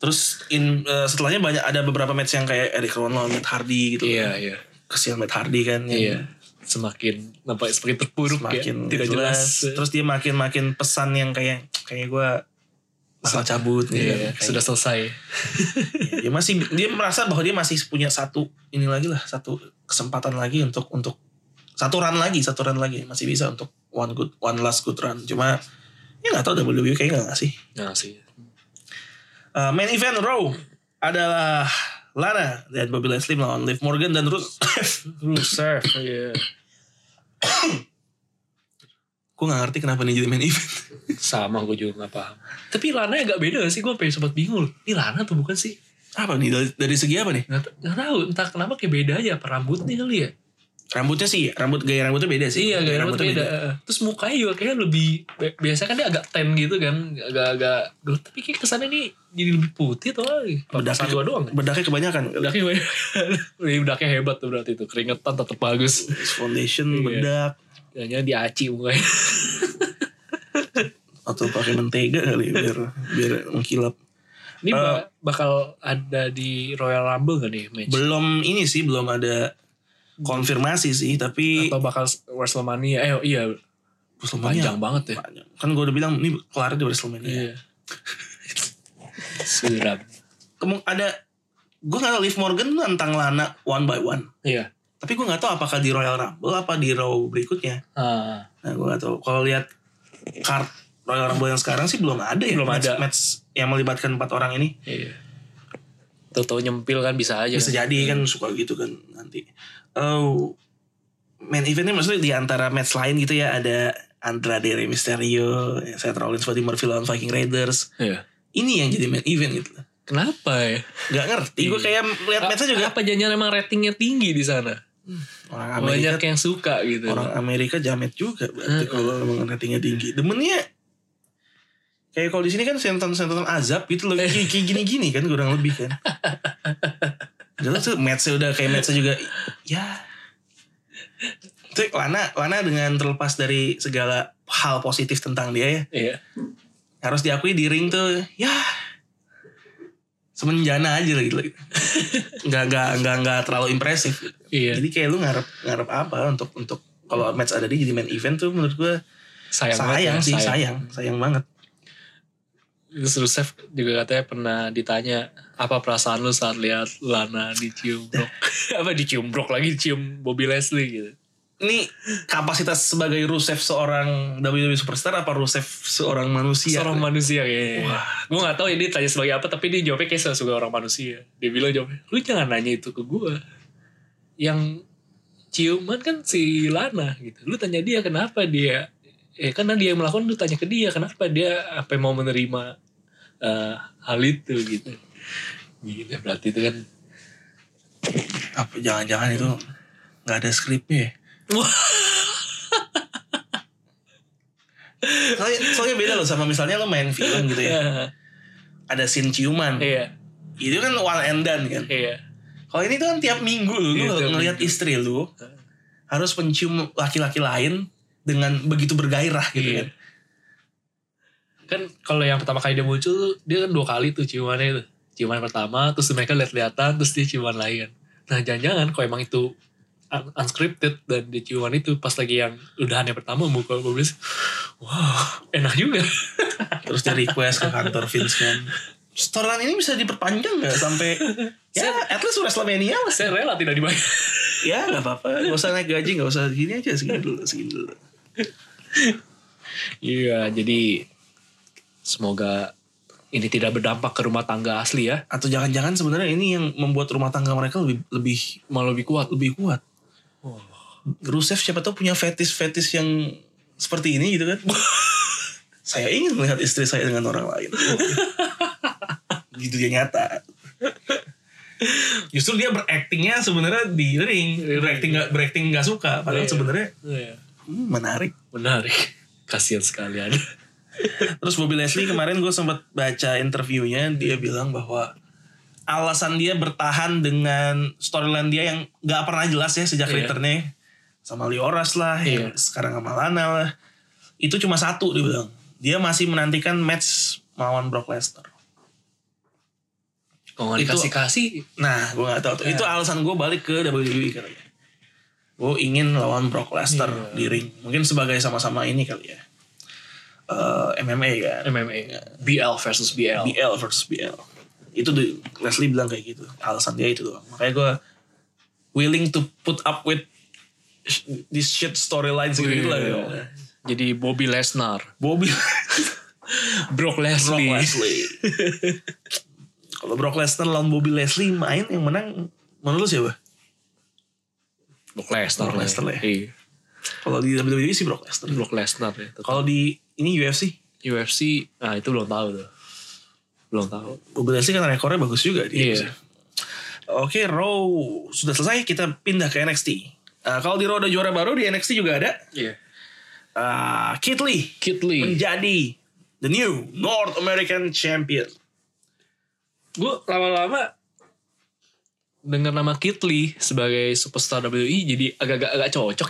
S1: terus in uh, setelahnya banyak ada beberapa match yang kayak Eric Rowan lawan Matt Hardy gitu
S2: Iya, iya.
S1: kesian Matt Hardy kan yang
S2: Iya. Semakin nampak semakin terpuruk
S1: makin
S2: ya. Tidak jelas.
S1: terus dia makin makin pesan yang kayak kayak gue bakal cabut gitu
S2: Iya,
S1: kan. Kayak
S2: sudah selesai.
S1: dia masih dia merasa bahwa dia masih punya satu ini lagi lah satu kesempatan lagi untuk untuk satu run lagi satu run lagi masih bisa untuk one good one last good run cuma ya nggak tahu WWE kayak nggak ngasih
S2: Nah sih.
S1: Uh, main event Raw adalah Lana dan Bobby Leslie melawan Liv Morgan dan Rus Rusev
S2: Iya.
S1: gue nggak ngerti kenapa ini jadi main event
S2: Sama gue juga gak paham. Tapi Lana agak beda gak sih? Gue pengen sempat bingung. loh. Ini Lana tuh bukan sih?
S1: apa nih dari, dari segi apa nih
S2: Gak, ta- gak tau. Entah kenapa kayak beda aja. Apa rambutnya kali ya?
S1: rambutnya sih rambut gaya rambutnya beda sih
S2: Iya gaya rambut beda. Terus mukanya juga kayaknya lebih. bi- Biasanya kan dia agak ten gitu kan. Agak-agak. gelap. Tapi kayak kesannya ini jadi lebih putih atau apa? Bedaknya gue doang.
S1: bedaknya kebanyakan
S2: Bedaknya, Ini bedaknya hebat tuh berarti tuh. Keringetan tetap bagus.
S1: foundation
S2: Iya.
S1: bedak
S2: Kayaknya diaci mukanya.
S1: atau pakai mentega kali biar biar mengkilap
S2: Ini
S1: Eh.
S2: ba- bakal ada di Royal Rumble gak nih match?
S1: belum ini sih belum ada konfirmasi sih tapi
S2: atau bakal WrestleMania eh iya
S1: WrestleMania
S2: panjang banget ya
S1: panjang. kan gue udah bilang ini kelar di WrestleMania
S2: iya suram
S1: Kemung ada gue nggak tahu Liv Morgan nantang Lana one by one
S2: iya
S1: tapi gue nggak tahu apakah di Royal Rumble apa di Raw berikutnya
S2: ah
S1: nah gue nggak tahu kalau lihat card Royal Rumble yang sekarang sih belum ada ya
S2: Belum
S1: match,
S2: ada.
S1: match yang melibatkan empat orang ini
S2: iya Tau-tau nyempil kan bisa aja
S1: bisa
S2: kan?
S1: jadi kan suka gitu kan nanti oh main eventnya maksudnya di antara match lain gitu ya ada Andrade Rey Mysterio Seth Rollins Buddy Murphy lawan Viking Raiders
S2: iya
S1: ini yang jadi main event gitu
S2: kenapa ya
S1: Gak ngerti gue kayak lihat Ya,
S2: Ah,
S1: matchnya juga
S2: apa janjian emang ratingnya tinggi di sana
S1: orang Amerika
S2: banyak yang suka gitu
S1: orang Amerika jamet juga berarti
S2: Heeh.
S1: kalau emang ratingnya tinggi demennya kayak kalau di sini kan senton senton azab gitu loh kayak kayak gini-gini kan kurang lebih kan jelas tuh matchnya udah kayak matchnya juga ya Tuh Lana Lana dengan terlepas dari segala hal positif tentang dia ya
S2: iya
S1: harus diakui di ring tuh ya semenjana aja lagi gitu nggak nggak nggak nggak terlalu impresif
S2: iya
S1: jadi kayak lu ngarep ngarep apa untuk untuk kalau match ada di jadi main event tuh menurut gue
S2: sayang, banget
S1: sayang
S2: ya,
S1: sih sayang. sayang banget.
S2: Terus Rusev juga katanya pernah ditanya apa perasaan lu saat lihat Lana dicium brok apa dicium brok lagi dicium Bobby Leslie gitu
S1: Ini kapasitas sebagai Rusev seorang WWE superstar apa Rusev seorang manusia?
S2: seorang manusia kayaknya. Gue gak tahu ini tanya sebagai apa tapi dia jawabnya kayak sebagai orang manusia. Dia bilang jawabnya, lu jangan nanya itu ke gue. Yang ciuman kan si Lana gitu. Lu tanya dia kenapa dia. Eh karena dia yang melakukan lu tanya ke dia kenapa dia apa mau menerima eh, hal itu gitu. Gitu berarti itu kan.
S1: Apa jangan-jangan itu nggak ada skripnya? ya?
S2: Wah.
S1: soalnya, soalnya beda loh sama misalnya lo main film gitu ya. Ada scene ciuman.
S2: iya,
S1: Itu kan one and done kan.
S2: iya.
S1: Kalau ini tuh kan tiap minggu lu, lu
S2: Iya, tiap
S1: ngelihat
S2: minggu.
S1: istri lu harus mencium laki-laki lain dengan begitu bergairah gitu
S2: Iya.
S1: kan.
S2: kan kalau yang pertama kali dia muncul dia kan dua kali tuh ciumannya itu ciuman pertama terus mereka lihat-lihatan terus dia ciuman lagi kan nah jangan-jangan kalau emang itu un- unscripted dan di Q1 itu pas lagi yang udahannya pertama mukul publis wow enak juga
S1: kan. terus dia request ke kantor Vince kan Storyline ini bisa diperpanjang nggak sampai ya at least Wrestlemania lah
S2: saya rela tidak dibayar
S1: ya nggak apa-apa nggak usah naik gaji nggak usah gini aja segini dulu segini dulu
S2: iya jadi semoga ini tidak berdampak ke rumah tangga asli ya
S1: atau jangan-jangan sebenarnya ini yang membuat rumah tangga mereka lebih lebih
S2: malah lebih kuat
S1: lebih kuat Rusev siapa tahu punya fetis-fetis yang seperti ini gitu kan saya ingin melihat istri saya dengan orang lain gitu dia nyata justru dia beraktingnya sebenarnya di ring berakting nggak berakting nggak suka padahal
S2: Iya.
S1: sebenarnya
S2: Iya.
S1: hmm, menarik
S2: menarik kasihan sekali ada
S1: Terus Bobby Leslie kemarin gue sempat baca interviewnya dia bilang bahwa alasan dia bertahan dengan storyline dia yang nggak pernah jelas ya sejak
S2: Iya.
S1: returnnya sama Lioras lah,
S2: Iya.
S1: yang sekarang sama Lana lah itu cuma satu dia bilang dia masih menantikan match lawan Brock Lesnar.
S2: kalau nggak
S1: Itu-
S2: dikasih kasih
S1: Nah gue nggak tahu tuh.
S2: Iya.
S1: itu alasan gue balik ke E WWE katanya. Gue ya. ingin lawan Brock Lesnar
S2: Iya.
S1: di ring mungkin sebagai sama-sama ini kali ya Eh, MMA kan.
S2: MMA BL Ya. versus BL
S1: BL versus BL. Itu di- Leslie bilang kayak gitu. Alasan dia itu doang. Makanya gue willing to put up with sh- this shit storyline gitu gitu lah.
S2: Iya. jadi Bobby Lesnar
S1: Bobby Brock
S2: Brock ya. Leslie
S1: Leslie. Kalau Brock Lesnar lawan Bobby Leslie main yang menang menurut lu siapa?
S2: Brock Lesnar
S1: Brock Lesnar ya.
S2: Iya.
S1: Kalau di WWE sih Brock Lesnar.
S2: Brock Lesnar ya tetap.
S1: Kalau di ini UFC
S2: UFC nah itu belum tahu tuh belum tahu
S1: Bobby Leslie kan rekornya bagus juga dia.
S2: Iya.
S1: Oke, Raw sudah selesai. Kita pindah ke NXT. Eh, kalau di Raw ada juara baru di NXT juga ada.
S2: iya
S1: Eh, Keith Lee
S2: Kid Lee
S1: menjadi the new North American champion.
S2: gue lama-lama dengar nama Kid Lee sebagai superstar WWE jadi agak-agak agak cocok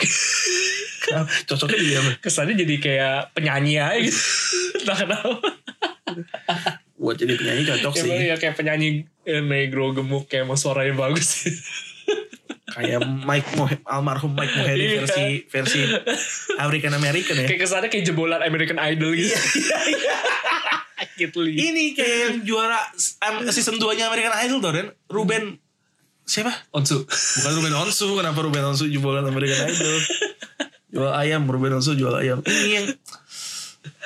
S1: Cocoknya dia apa?
S2: kesannya jadi kayak penyanyi aja gitu Entah kenapa
S1: Buat jadi penyanyi cocok sih.
S2: Emang ya kayak penyanyi eh, negro gemuk kayak emang suaranya bagus
S1: Kayak Mike Moh- almarhum Mike Mohede
S2: Iya.
S1: versi versi African American ya.
S2: kayak kesannya kayak jebolan American Idol gitu
S1: Iya,
S2: Kid Lee
S1: Ini kayak yang juara um, season 2-nya American Idol tuh, Ren. Ruben siapa?
S2: Onsu
S1: Bukan Ruben Onsu, kenapa Ruben Onsu jualan American Idol? Jual ayam, Ruben Onsu jual ayam. Ini yang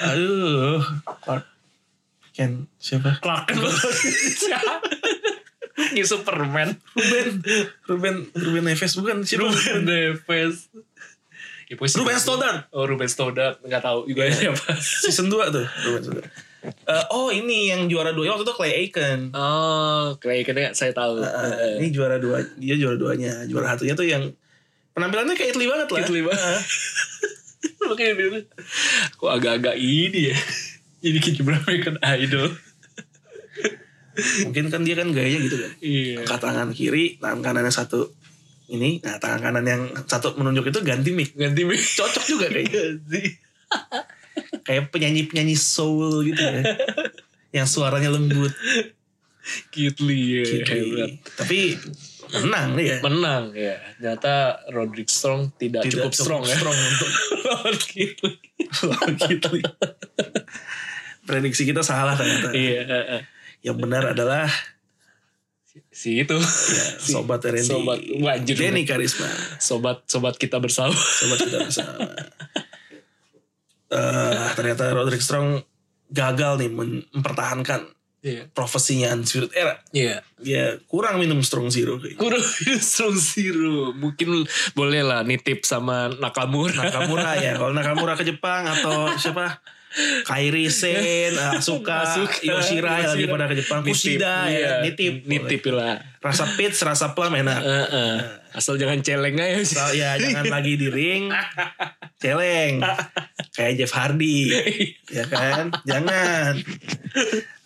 S1: aduh, Clark. Ken siapa?
S2: Clark Ini Superman
S1: Ruben Ruben Ruben Neves bukan siapa Ruben,
S2: Ruben Neves ya, pokoknya
S1: Ruben
S2: siapa?
S1: Stoddard Iya.
S2: Oh Ruben Stoddard Gak tau juga siapa
S1: season 2 tuh Ruben Stoddard Eh, oh ini yang juara dua ya, waktu itu Clay Aiken
S2: Oh kayaknya saya
S1: Eh,
S2: tahu
S1: eh, ini juara dua dia juara duanya juara satunya tuh yang penampilannya kayak Italy banget lah
S2: Kid Lee
S1: ah.
S2: banget Makanya dia bilang, Kok agak-agak ini ya Jadi kayak American Idol
S1: mungkin kan dia kan gayanya gitu kan
S2: Iya
S1: angkat tangan kiri tangan kanannya satu ini nah tangan kanan yang satu menunjuk itu ganti mic
S2: Ganti mic
S1: cocok juga kayaknya kayak penyanyi penyanyi soul gitu ya yang suaranya lembut
S2: Kid
S1: Iya,
S2: Lee ya,
S1: Gitu,
S2: hebat.
S1: Kiri. tapi menang dia
S2: Menang ya Ternyata Roderick Strong tidak, cukup, strong ya
S1: untuk
S2: Lawan Kid Lee.
S1: lawan Keith Lee. Prediksi kita salah ternyata.
S2: Iya eh, eh.
S1: Yang benar adalah ya,
S2: Si itu
S1: sobat Randy.
S2: Sobat Wajir
S1: Denny Karisma.
S2: Sobat Sobat kita bersama
S1: Sobat kita bersama. Eh, ternyata Roderick Strong gagal nih men- mempertahankan
S2: Iya
S1: profesinya Undisputed Era.
S2: Iya
S1: Dia kurang minum Strong Zero kayaknya.
S2: Kurang Strong Zero Mungkin boleh lah nitip sama Nakamura
S1: Nakamura ya. Kalau Nakamura ke Jepang atau siapa? Kairi Sen, Asuka,
S2: Asuka,
S1: Yoshirai lagi
S2: Yoshirai.
S1: pada ke Jepang. Kushida
S2: iya.
S1: ya, nitip.
S2: Nitip lah
S1: Rasa peach, rasa plum enak.
S2: Eh, eh. Asal jangan celeng aja sih.
S1: Kalau ya jangan lagi di ring, celeng. Kayak Jeff Hardy, ya kan? Jangan.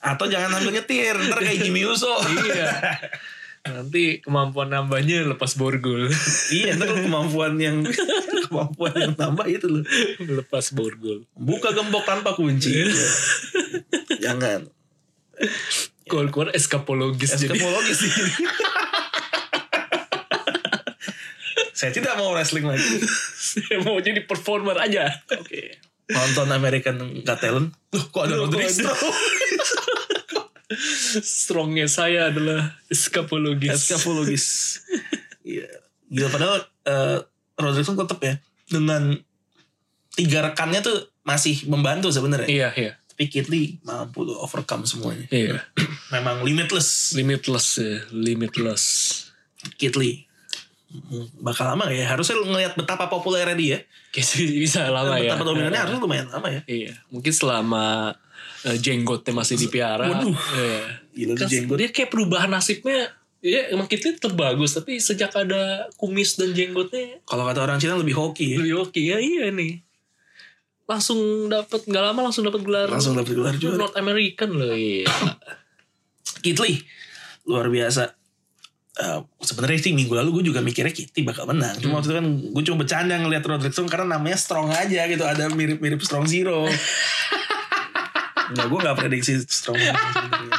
S1: Atau jangan sambil nyetir, ntar kayak Jimmy Uso.
S2: Iya. Nanti kemampuan nambahnya lepas borgol.
S1: iya, ntar lu kemampuan yang kemampuan yang tambah itu loh.
S2: lepas borgol.
S1: Buka gembok tanpa kunci. Iya. jangan.
S2: Keluar-keluar eskapologis jadi.
S1: Eskapologis sih. Saya tidak mau wrestling lagi.
S2: Saya mau jadi performer aja.
S1: Oke. Nonton American Got Talent. Loh, kok ada
S2: Loh, kok
S1: Roderick
S2: ada-
S1: Strong?
S2: Strongnya saya adalah eskapologis.
S1: Eskapologis. Iya. Gila, padahal eh, Roderick Strong tetap ya. Dengan tiga rekannya tuh masih membantu sebenarnya.
S2: Iya, iya.
S1: Tapi Kid Lee mampu tuh overcome semuanya.
S2: Iya.
S1: Memang limitless
S2: Limitless ya. Limitless.
S1: Kid Lee. Hmm, Bakal lama nggak ya. Harusnya lu ngelihat betapa populernya dia.
S2: Kayaknya bisa lama ya.
S1: betapa dominannya harusnya lumayan lama ya.
S2: Iya. Mungkin selama eh, jenggotnya masih dipiara.
S1: Waduh.
S2: Iya.
S1: Gila
S2: Kan
S1: tuh jenggot.
S2: dia kayak perubahan nasibnya. Ya emang kita tetap bagus. Tapi sejak ada kumis dan jenggotnya.
S1: Kalau kata orang Cina lebih hoki ya.
S2: Lebih oke ya iya nih. Langsung dapat nggak lama langsung dapat gelar.
S1: Langsung dapet gelar juara.
S2: North American loh iya.
S1: Kitli luar biasa. Eh, Sebenarnya sih minggu lalu gue juga mikirnya Kitli bakal menang. Cuma waktu itu kan gue cuma bercanda ngeliat Roderick Strong karena namanya Strong aja gitu. Ada mirip-mirip Strong Zero. Nah gue gak prediksi Strong menang sebenarnya.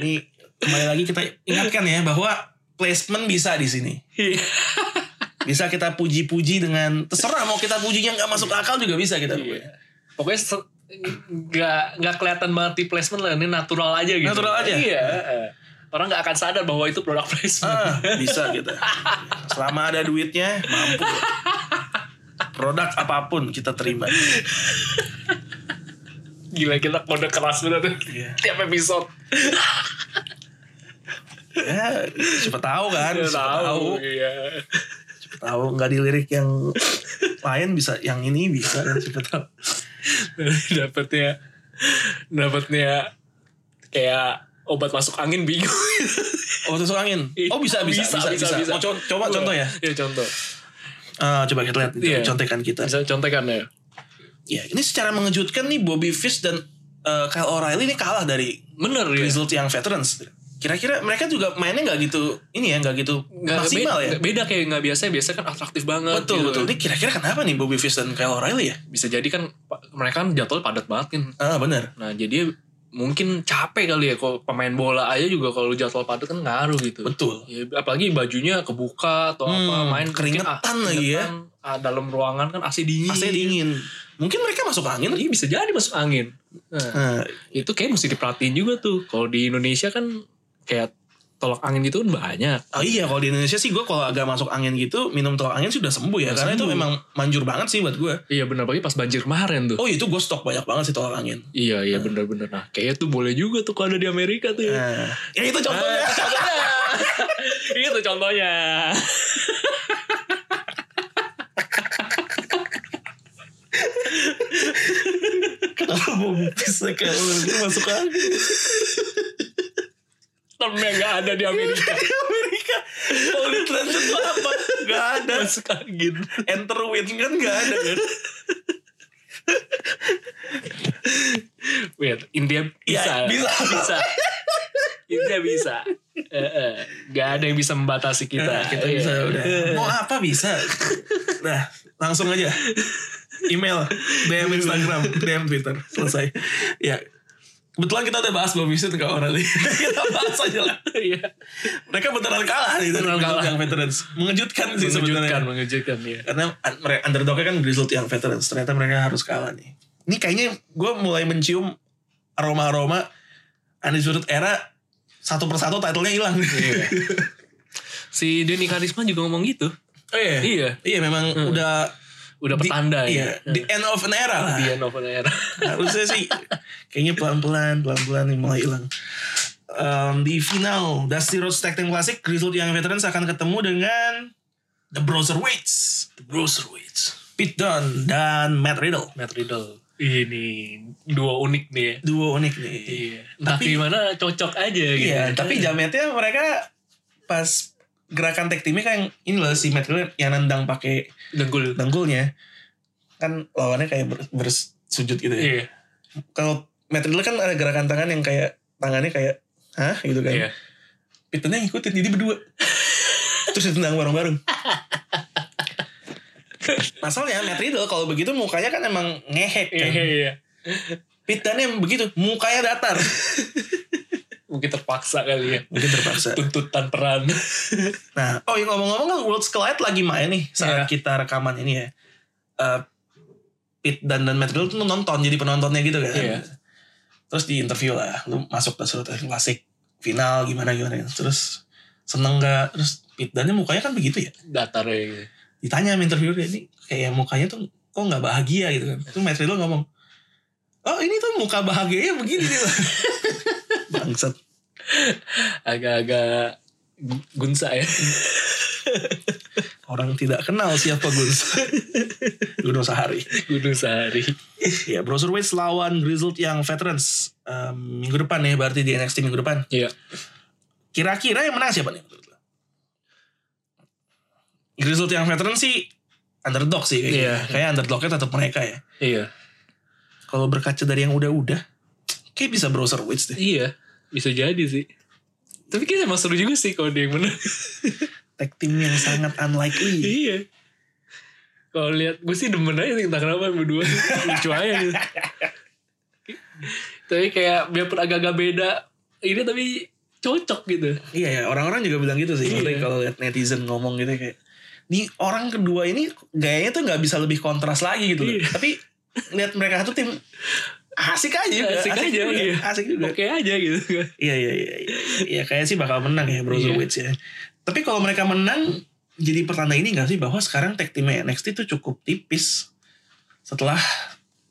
S1: Ini kembali lagi kita ingatkan ya bahwa placement bisa di sini.
S2: Iya.
S1: Bisa kita puji-puji dengan terserah mau kita pujinya nggak masuk akal juga bisa kita.
S2: Iya. Pokoknya se- nggak nggak kelihatan banget di placement lah ini natural aja gitu.
S1: Natural aja?
S2: Iya. eh. Orang nggak akan sadar bahwa itu produk placement.
S1: Ah, bisa kita. Selama ada duitnya, mampu. Produk apapun kita terima.
S2: Gila kita kode keras banget tuh.
S1: Iya.
S2: Tiap episode.
S1: Ya, siapa tahu kan?
S2: Nggak
S1: Siapa tahu.
S2: Iya.
S1: Siapa tahu nggak di lirik yang lain bisa, yang ini bisa kan siapa tahu.
S2: dapatnya dapatnya kayak obat masuk angin bingung.
S1: Oh, tusuk angin. Oh, bisa bisa bisa bisa. Mau co- coba contoh ya.
S2: Iya contoh.
S1: Ah, coba kita lihat
S2: Iya.
S1: contekan kita.
S2: Bisa contekan ya.
S1: Ya, ini secara mengejutkan nih Bobby Fish dan eh, Kyle O'Reilly ini kalah dari
S2: Bener ya.
S1: Grizzled yang veterans. Kira-kira mereka juga mainnya nggak gitu ini ya, nggak gitu
S2: Nggak-
S1: maksimal
S2: beda,
S1: ya.
S2: Beda kayak nggak biasa. Biasa kan atraktif banget.
S1: Betul
S2: gitu.
S1: betul. Ini kira-kira kenapa nih Bobby Fish dan Kyle O'Reilly ya?
S2: Bisa jadi kan pa- mereka kan jadwal padat banget kan.
S1: Ah benar.
S2: Nah jadi mungkin capek kali ya kalau pemain bola aja juga kalau jadwal padat kan ngaruh gitu.
S1: Betul.
S2: Ya, apalagi bajunya kebuka atau apa
S1: Hmm,
S2: main mungkin, ah,
S1: keringetan lagi ya.
S2: keringetan, ah, dalam ruangan kan AC dingin.
S1: AC dingin. Mungkin mereka masuk angin.
S2: Iya bisa jadi masuk angin. Nah,
S1: Nah,
S2: itu kayak mesti diperhatiin juga tuh. Kalau di Indonesia kan kayak tolak angin itu kan banyak.
S1: oh iya kalau di Indonesia sih gue kalau agak masuk angin gitu minum tolak angin sudah sembuh ya.
S2: Udah
S1: karena itu
S2: sembuh.
S1: memang manjur banget sih buat gue.
S2: Iya benar pagi pas banjir kemarin tuh.
S1: Oh itu gue stok banyak banget sih tolak angin.
S2: Iya iya benar-benar. Nah kayaknya tuh boleh juga tuh kalau ada di Amerika tuh. ya.
S1: Nah, ya itu
S2: Eh,
S1: contohnya.
S2: itu contohnya.
S1: Kenapa Bobby Fish dan Kyle O'Reilly masuk angin?
S2: Termnya nggak ada di Amerika.
S1: Amerika. Kalau di transit tuh apa? Gak ada.
S2: Masuk angin.
S1: Enter win kan gak ada kan?
S2: Wait, India bisa.
S1: Ya, bisa.
S2: bisa. India bisa. Eh, eh. Gak ada yang bisa membatasi kita.
S1: Nah, Eh, kita
S2: Iya.
S1: bisa udah. Mau apa bisa. Nah, langsung aja. Email, DM Instagram, DM Twitter, selesai. Ya. Kebetulan kita udah bahas Bobby Sud ke orang kita bahas aja lah.
S2: Iya.
S1: Mereka beneran kalah nih dari
S2: Beneran
S1: Grizzled
S2: kalah.
S1: Young Veterans. Mengejutkan sih
S2: Mengejutkan,
S1: sebenarnya.
S2: mengejutkan ya.
S1: Karena un- mere- underdognya kan Grizzled Young Veterans. Ternyata mereka harus kalah nih. Ini kayaknya gue mulai mencium aroma-aroma Undisputed Era satu persatu titlenya hilang.
S2: Iya. si Denny Karisma juga ngomong gitu.
S1: Oh iya.
S2: Iya.
S1: Iya memang udah
S2: Udah
S1: Di-
S2: petanda
S1: Iya,
S2: ya. Iya.
S1: the end of an era lah.
S2: Dia novel era.
S1: Harusnya sih kayaknya pelan-pelan, pelan-pelan nih mulai hilang. Em, di final Dusty Rhodes Tag Team Classic, Grizzled Young Veterans akan ketemu dengan The Browserweights,
S2: The Bruce Witch.
S1: Pete Dunne dan Matt Riddle.
S2: Matt Riddle. Ini dua unik nih ya.
S1: Duo unik nih.
S2: Iya. Entah
S1: Tapi-
S2: gimana cocok aja gitu.
S1: Iya, tapi jametnya mereka pas gerakan tag teamnya kan ini loh si Matt Riddle yang nendang pakai
S2: Dengkul.
S1: dengkulnya kan lawannya kayak ber- bersujud gitu ya.
S2: Iya.
S1: kalau Matt Riddle kan ada gerakan tangan yang kayak tangannya kayak hah gitu kan.
S2: Iya.
S1: Pitanya ngikutin jadi berdua. Terus ditendang bareng-bareng. Masalahnya Matt Riddle kalau begitu mukanya kan emang ngehek
S2: Iya,
S1: kan.
S2: iya.
S1: Pitannya begitu, mukanya datar.
S2: mungkin terpaksa kali ya
S1: Mungkin terpaksa.
S2: tuntutan peran
S1: Nah, oh yang ngomong-ngomong kan Worlds Collide lagi main nih saat
S2: Iya.
S1: kita rekaman ini ya. Eh Pete dan dan Matt Riddle tuh nonton jadi penontonnya gitu kan.
S2: Iya.
S1: Terus di interview lah, lu masuk ke surat klasik final gimana gimana terus seneng gak terus Pete Dunne mukanya kan begitu ya
S2: datar ya gitu.
S1: ditanya sama interviewer ini kayak mukanya tuh kok nggak bahagia gitu kan terus Matt Riddle ngomong oh ini tuh muka bahagianya begini nih Bang." bangsat
S2: agak-agak gu- gunsa ya
S1: orang tidak kenal siapa Gus Gunung Sahari
S2: gunung sehari
S1: Ya, Bruiserweights lawan Grizzled yang veterans Em, minggu depan ya, berarti di NXT minggu depan.
S2: Iya.
S1: Kira-kira yang menang siapa nih? menurut lo? Grizzled yang veteran sih underdog sih kayaknya.
S2: Iya.
S1: Kayak underdognya tetap mereka ya.
S2: iya
S1: Kalau berkaca dari yang udah-udah, kayak bisa Bruiserweights deh.
S2: iya bisa jadi sih tapi kayaknya emang seru juga sih kalau dia yang menang
S1: Tag team yang sangat unlikely.
S2: iya kalau lihat gue sih demen aja sih entah kenapa berdua sih. lucu aja gitu tapi kayak biarpun agak-agak beda ini tapi cocok gitu
S1: iya ya, orang-orang juga bilang gitu sih.
S2: Iya.
S1: Maksudnya Kalau lihat netizen ngomong gitu kayak, di orang kedua ini gayanya tuh nggak bisa lebih kontras lagi gitu. loh.
S2: Iya.
S1: Tapi lihat mereka satu tim asik aja juga,
S2: Asik aja,
S1: juga,
S2: iya.
S1: asik juga.
S2: oke aja gitu
S1: Iya iya iya iya. Iya kayaknya sih bakal menang ya Bruiserweights ya.
S2: Iya.
S1: Tapi kalau mereka menang jadi pertanda ini gak sih bahwa sekarang tag team NXT itu cukup tipis. Setelah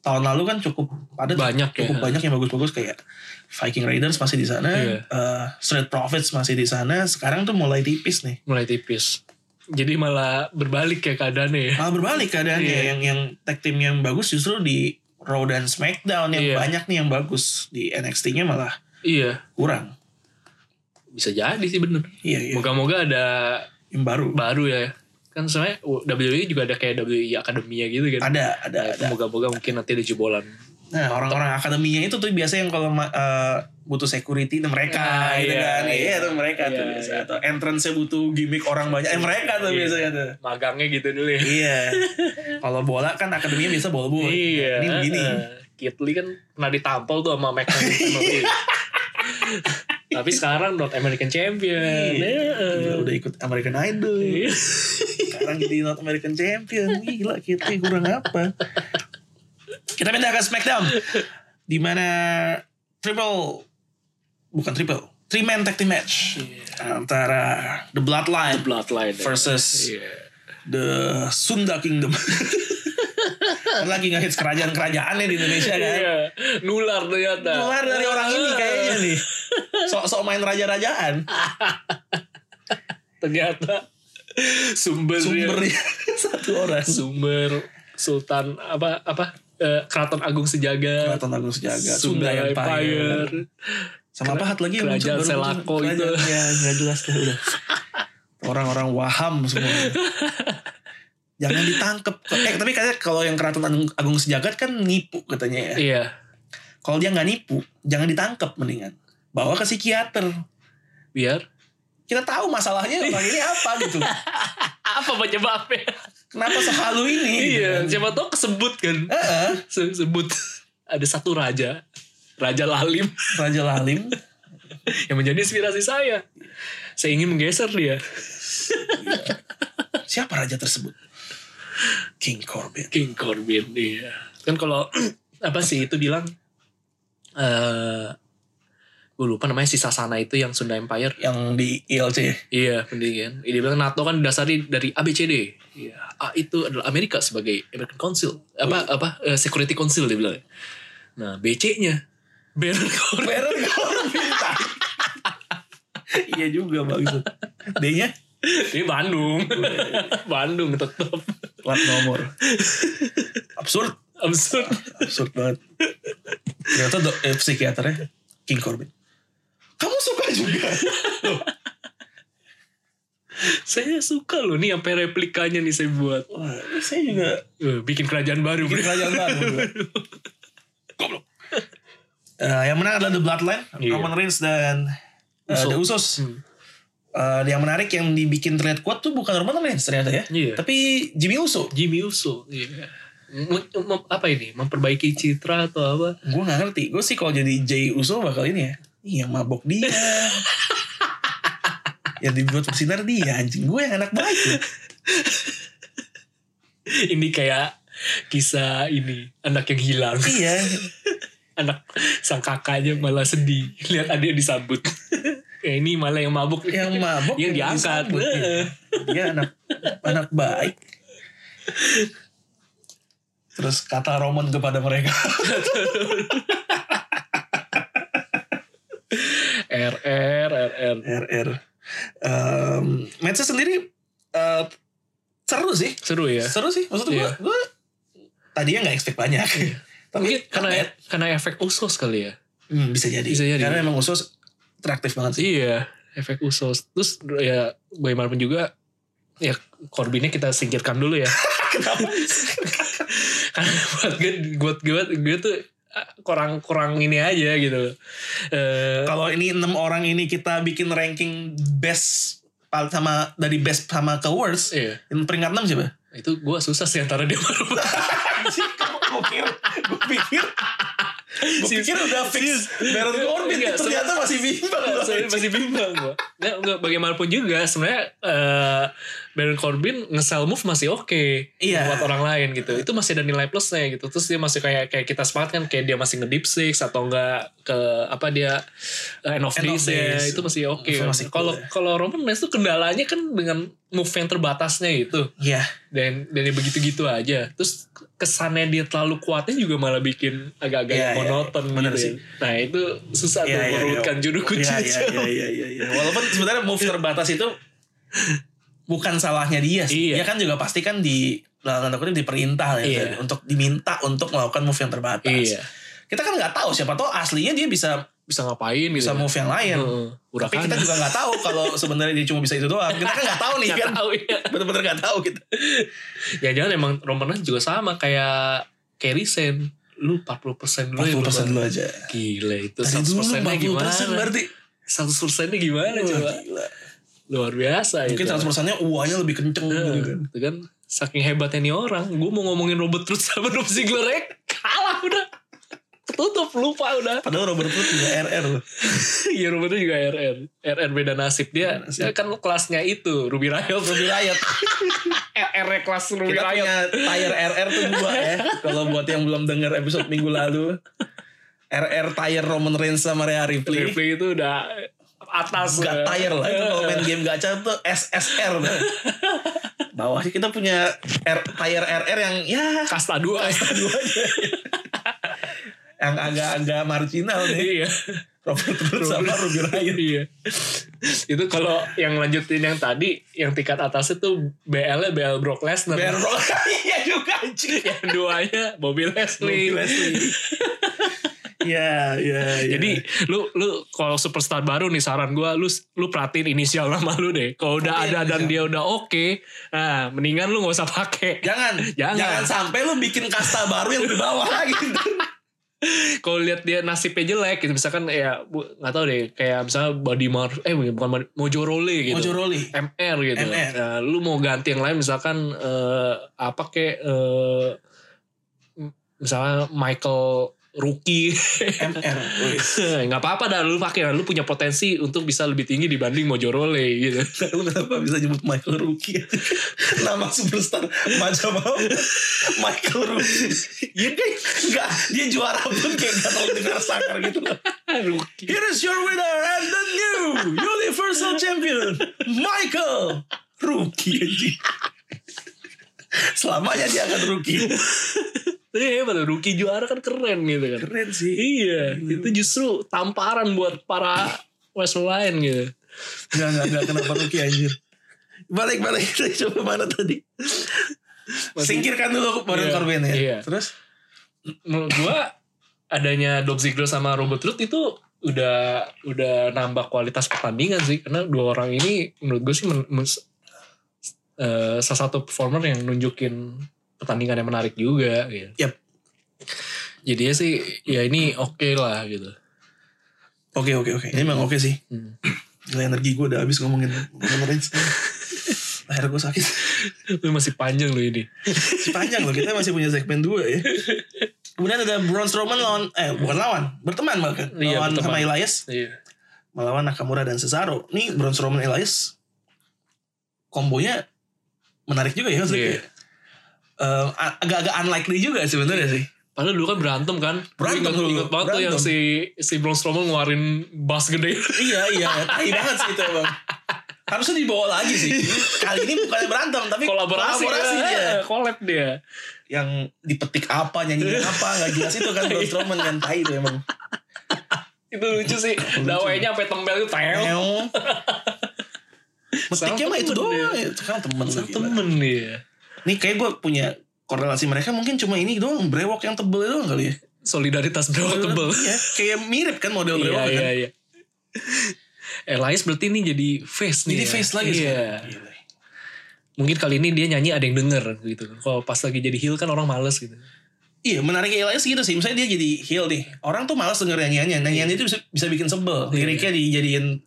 S1: tahun lalu kan cukup padat
S2: Banyak ya.
S1: cukup banyak yang bagus-bagus kayak Viking Raiders masih di sana,
S2: Iya.
S1: eh, Street Profits masih di sana. Sekarang tuh mulai tipis nih.
S2: mulai tipis jadi malah berbalik ya keadaannya ya
S1: Malah berbalik keadaannya
S2: Iya.
S1: yang yang tag team yang bagus justru di Raw dan SmackDown yang
S2: Iya.
S1: banyak nih yang bagus di NXT-nya malah
S2: iya
S1: kurang.
S2: bisa jadi sih bener
S1: Iya iya.
S2: moga-moga ada
S1: Yang baru
S2: baru ya kan sebenarnya WWE juga ada kayak WWE Akademia gitu kan
S1: ada ada
S2: Nah, itu
S1: ada.
S2: moga-moga mungkin nanti ada jebolan
S1: Nah, orang-orang akademinya itu tuh biasa yang kalau ma- eh, butuh security itu mereka
S2: Ah,
S1: gitu
S2: iya,
S1: kan. Iya,
S2: iya.
S1: itu mereka tuh
S2: Iya,
S1: biasa.
S2: iya.
S1: Atau entrance-nya butuh gimmick orang banyak. Eh, mereka tuh
S2: Iya.
S1: biasanya tuh.
S2: magangnya gitu dulu ya
S1: Iya. kalau bola kan akademinya biasa bola bola.
S2: Iya.
S1: Ini begini.
S2: eh, Kit Lee kan pernah ditampol tuh sama Mac Tapi sekarang North American Champion.
S1: Iya.
S2: Eh,
S1: Gila, udah ikut American Idol.
S2: Iya.
S1: Sekarang jadi North American Champion. Gila, kita kurang apa. Kita pindah ke SmackDown. Di mana triple, bukan triple, three man tag team match. Antara The Bloodline
S2: Bloodline. ya.
S1: versus
S2: Iya.
S1: The Sunda Kingdom. Kan lagi ngehits kerajaan-kerajaannya di Indonesia kan.
S2: Iya. Nular ternyata.
S1: Keluar dari orang ini kayaknya nih. Sok-sok main raja-rajaan.
S2: Ternyata
S1: Iya.
S2: sumber
S1: Sumbernya satu orang.
S2: sumber Sultan apa apa eh, Keraton Agung Sejagat.
S1: Keraton Agung Sejagat, Sunda Empire. Sama apa hat lagi yang
S2: Kerajaan
S1: muncul baru
S2: Selako
S1: muncul?
S2: itu.
S1: Kerajaan, Ya, nggak jelas lah udah. Orang-orang waham semua. Jangan ditangkep. Eh, tapi katanya kalau yang Keraton Agung, Agung Sejagat kan nipu katanya ya.
S2: Iya.
S1: Kalau dia nggak nipu, jangan ditangkep mendingan. Bawa ke psikiater.
S2: Biar
S1: Kita tahu masalahnya
S2: Iya.
S1: orang ini apa gitu.
S2: apa
S1: ya?
S2: penyebabnya?
S1: Kenapa sehalu ini? gitu
S2: Iya,
S1: kan.
S2: siapa tahu kesebut kan.
S1: Heeh.
S2: Se- sebut ada satu raja raja lalim
S1: Raja Lalim.
S2: yang menjadi inspirasi saya saya ingin menggeser dia
S1: Siapa raja tersebut? King Corbin.
S2: King Corbin iya kan kalau apa sih itu bilang eh gue lupa namanya si Sasana itu yang Sunda Empire
S1: Yang di ILC.
S2: iya pendirian dia bilang NATO kan didasari dari ABCD iya A itu adalah Amerika sebagai American Council apa apa eh, Security Council dia bilang nah BC nya Baron Corbin
S1: Baron Corbin. tai. iya juga bagus. D-nya
S2: dia Bandung Bandung tetap
S1: plat nomor. Absurd.
S2: absurd
S1: Absurd banget. Ternyata do, eh, psikiaternya King Corbin. Kamu suka juga. Loh,
S2: Saya suka loh nih sampai replikanya nih saya buat.
S1: Wah, ini saya juga
S2: Eh, Bikin kerajaan baru.
S1: bikin
S2: bro.
S1: kerajaan baru. Goblok. Eh, yang menang adalah The Bloodline,
S2: Iya.
S1: Roman Reigns dan eh,
S2: Usos.
S1: The Usos.
S2: Hmm.
S1: Eh, yang menarik yang dibikin terlihat kuat tuh bukan Roman Reigns ternyata ya.
S2: Iya.
S1: Tapi Jimmy Uso.
S2: Jimmy Uso. Iya. Mem- mem- apa ini? Memperbaiki citra atau apa?
S1: Gue gak ngerti. Gue sih kalau jadi Jay Uso bakal ini ya. yang mabok dia yang dibuat bersinar dia anjing gue yang anak baik ya.
S2: ini kayak kisah ini anak yang hilang
S1: iya
S2: anak sang kakaknya malah sedih lihat adiknya disambut ya ini malah yang mabuk
S1: yang mabok
S2: yang diangkat
S1: disambut, iya. dia anak anak baik terus kata Roman kepada mereka
S2: RR RR
S1: RR Em, matchnya sendiri eh, seru sih
S2: seru ya
S1: seru sih maksud gue
S2: Iya.
S1: gue tadinya nggak expect banyak
S2: mungkin
S1: tapi
S2: karena e-
S1: karena
S2: karena efek usos kali ya
S1: Hmm, bisa jadi.
S2: Bisa jadi.
S1: Karena emang usus atraktif banget sih.
S2: iya efek usos terus ya bagaimanapun juga ya Corbinnya kita singkirkan dulu ya
S1: Kenapa?
S2: karena buat gue buat gue, gue tuh ah, kurang kurang ini aja gitu loh Eh,
S1: Kalau ini enam orang ini kita bikin ranking best pal- sama dari best sama ke worst,
S2: iya
S1: yang peringkat 6 siapa?
S2: itu gue susah sih antara dia sama Roman.
S1: Anjing, gue pikir, gue pikir, gue pikir udah fix Baron Corbin,
S2: Enggak,
S1: ternyata masih bimbang.
S2: Enggak, saya Iya, masih bimbang gua. Enggak, enggak bagaimanapun juga sebenarnya eh, Baron Corbin nge-sell move masih oke
S1: Iya.
S2: buat orang lain gitu. Itu masih ada nilai plusnya gitu. Terus dia masih kayak kayak kita sepakat kan kayak dia masih nge-deep six atau enggak ke apa dia eh, end of
S1: End of
S2: days ya
S1: days.
S2: itu masih oke.
S1: Itu masih
S2: Kalau
S1: cool ya.
S2: kalau Roman Reigns tuh kendalanya kan dengan move yang terbatasnya gitu
S1: Iya,
S2: dan dari begitu-gitu aja. Terus kesannya dia terlalu kuatnya juga malah bikin agak-agak
S1: Iya, iya,
S2: monoton
S1: bener
S2: gitu. ya.
S1: sih.
S2: Nah itu susah
S1: iya,
S2: tuh
S1: iya,
S2: merurutkan juru kunci.
S1: Iya, iya, iya, iya, iya, iya. Walaupun sebenarnya move terbatas itu bukan salahnya dia sih.
S2: Iya.
S1: Dia kan juga pasti kan di dalam tanda kutip diperintah ya,
S2: Iya.
S1: untuk diminta untuk melakukan move yang terbatas.
S2: Iya.
S1: Kita kan nggak tahu siapa tahu aslinya dia bisa
S2: Bisa ngapain gitu.
S1: bisa move yang lain.
S2: Heeh,
S1: Tapi
S2: Urakan.
S1: kita juga nggak tahu kalau sebenarnya dia cuma bisa itu doang. Kita kan nggak tahu nih
S2: Nggak
S1: kan.
S2: tahu ya.
S1: Bener-bener nggak tahu kita.
S2: Ya jangan emang Roman Reigns juga sama kayak Kerry Sen. Lu 40% dulu ya.
S1: 40%
S2: Roman.
S1: dulu aja.
S2: Gila itu
S1: Dari dulu
S2: 100%-nya gimana?
S1: 40% berarti.
S2: 100%-nya gimana
S1: Wah,
S2: coba?
S1: gila.
S2: Luar biasa
S1: Mungkin
S2: itu.
S1: 100%-nya uangnya lebih kenceng gitu kan.
S2: Itu kan saking hebatnya nih orang, gue mau ngomongin Robert Root sama Dolph Ziggler ya kalah udah. Ketutup lupa udah.
S1: Padahal Robert Root juga RR loh.
S2: Iya Robert Root juga RR. RR beda nasib dia.
S1: Beda nasib.
S2: dia kan kelasnya itu Ruby Riot. kan
S1: Lebih layak. Eh,
S2: RR -nya kelas Ruby
S1: kita
S2: Riot.
S1: punya tire RR tuh dua ya. Kalau buat yang belum denger episode minggu lalu. RR tire Roman Reigns sama Rhea Ripley.
S2: Ripley itu udah atas eh,
S1: Gak
S2: udah.
S1: tire lah. Itu kalau main game gacha tuh SSR. dah. Bawahnya kita punya R, tire RR yang ya
S2: kasta
S1: dua
S2: dua
S1: aja. yang agak-agak marginal nih.
S2: iya
S1: Robert Root sama Ruby Riot.
S2: iya itu kalau yang lanjutin yang tadi yang tingkat atasnya tuh BL nya BL Brock Lesnar
S1: Biar Iya juga anjing.
S2: yang duanya Bobby Leslie,
S1: Ya, ya, ya.
S2: Jadi lu lu kalau superstar baru nih saran gua lu lu perhatiin inisial nama lu deh. Kalau udah
S1: Perhatiin
S2: ada dan
S1: inisial.
S2: dia udah oke, nah mendingan lu nggak usah pakai.
S1: Jangan,
S2: Jangan.
S1: jangan, sampai lu bikin kasta baru yang lebih bawah gitu. lagi.
S2: kalau lihat dia nasibnya jelek gitu misalkan ya bu- nggak tahu deh kayak misalnya body mar eh bukan body, mojo role gitu
S1: Mojo Roli.
S2: mr gitu
S1: MR.
S2: Nah, lu mau ganti yang lain misalkan eh, apa kayak eh, m- misalnya Michael Rookie
S1: MR. wis.
S2: nggak apa-apa dah lu pakai lu punya potensi untuk bisa lebih tinggi dibanding mojo role gitu
S1: Lu kenapa bisa nyebut Michael Rookie? Nama superstar macam apa? Michael Rookie. Iya kan? Enggak, dia juara pun kayak gak terlalu dengar sangar gitu loh.
S2: Rookie
S1: Here is your winner and the new Universal Champion, Michael Rookie. anjing. Selamanya dia akan rookie.
S2: Iya, padahal rookie juara kan keren gitu kan
S1: Keren sih.
S2: iya itu justru tamparan buat para Westline gitu
S1: Enggak, enggak, enggak kenapa rookie anjir. Balik, balik. Kita coba mana tadi?
S2: Masih-
S1: Singkirkan dulu Baron
S2: Iya,
S1: Corbin ya.
S2: iya.
S1: Terus?
S2: menurut gua adanya Dolph Ziggler sama Robert Root itu udah udah nambah kualitas pertandingan sih karena dua orang ini menurut gue sih men- men- eh, salah satu performer yang nunjukin pertandingan yang menarik juga gitu.
S1: Yap.
S2: Jadinya sih ya ini oke lah gitu.
S1: Oke, oke, oke. Ini memang oke sih.
S2: Hmm.
S1: Gila energi gue udah habis ngomongin Roman Reigns. Akhirnya gue sakit.
S2: Lu masih panjang loh ini.
S1: Masih panjang loh, kita masih punya segmen 2 ya. Kemudian ada Braun Strowman lawan eh bukan lawan, berteman bahkan
S2: Iya,
S1: lawan sama
S2: berteman.
S1: Elias
S2: Iya.
S1: melawan Nakamura dan Cesaro. Nih Braun Strowman Elias kombonya menarik juga ya maksudnya.
S2: Iya.
S1: Eh, a- agak-agak unlikely juga sebenarnya sih.
S2: Padahal dulu kan berantem kan.
S1: Berantem
S2: Gua ingat,
S1: dulu,
S2: ingat banget tuh yang
S1: berantem.
S2: si si Braun Strowman ngeluarin bass gede.
S1: iya iya, tai banget sih itu emang. Harusnya dibawa lagi sih. Kali ini bukannya berantem tapi
S2: kolaborasi, Eh,
S1: kolaborasi
S2: dia.
S1: dia.
S2: Collab dia.
S1: Yang dipetik apa, nyanyi apa, nggak jelas itu kan Braun Strowman yang tai itu emang.
S2: Itu lucu sih. Dawainya sampai tembel itu teo.
S1: Meong. Metiknya
S2: Sekarang
S1: mah itu
S2: temen
S1: doang. ya. Sekarang temen.
S2: Sama
S1: lagi.
S2: temen dia.
S1: Nih kayak gue punya korelasi mereka mungkin cuma ini doang. Brewok yang tebel doang kali ya.
S2: Solidaritas berapa tebel.
S1: Iya. Kayak mirip kan model
S2: Iya,
S1: brewok
S2: iya,
S1: kan.
S2: iya. Elias berarti ini jadi face nih
S1: Jadi
S2: ya.
S1: face lagi
S2: Iya.
S1: sekarang. Gila.
S2: Mungkin kali ini dia nyanyi ada yang denger gitu. Kalau pas lagi jadi heel kan orang males gitu.
S1: Iya menariknya Elias gitu sih Misalnya dia jadi heel nih Orang tuh malas denger nyanyiannya
S2: Iya.
S1: Nyanyiannya itu bisa, bisa bikin sebel Liriknya dijadiin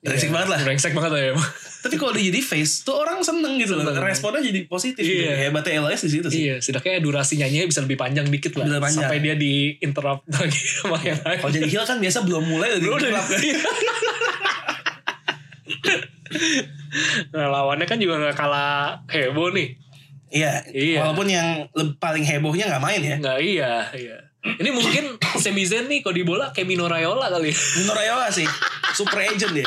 S2: Iya.
S1: Brengsek banget lah
S2: Brengsek banget lah ya. emang.
S1: Tapi kalau dia jadi face Tuh orang seneng gitu loh
S2: Seneng.
S1: Responnya jadi positif gitu.
S2: Iya.
S1: Hebatnya Elias di situ sih
S2: iya, setidaknya durasi nyanyinya bisa lebih panjang dikit lah.
S1: Bisa panjang.
S2: Sampai dia di interrupt lagi sama yang lain.
S1: Kalau jadi heel kan biasa belum mulai
S2: Lu udah
S1: gelap.
S2: Nah lawannya kan juga gak kalah heboh nih.
S1: Iya.
S2: Iya.
S1: Walaupun yang le- paling hebohnya nggak main ya.
S2: Nggak iya, iya. Ini mungkin Sami Zayn nih kalau di bola kayak Mino Raiola kali ya.
S1: Mino Raiola sih. Super agent dia.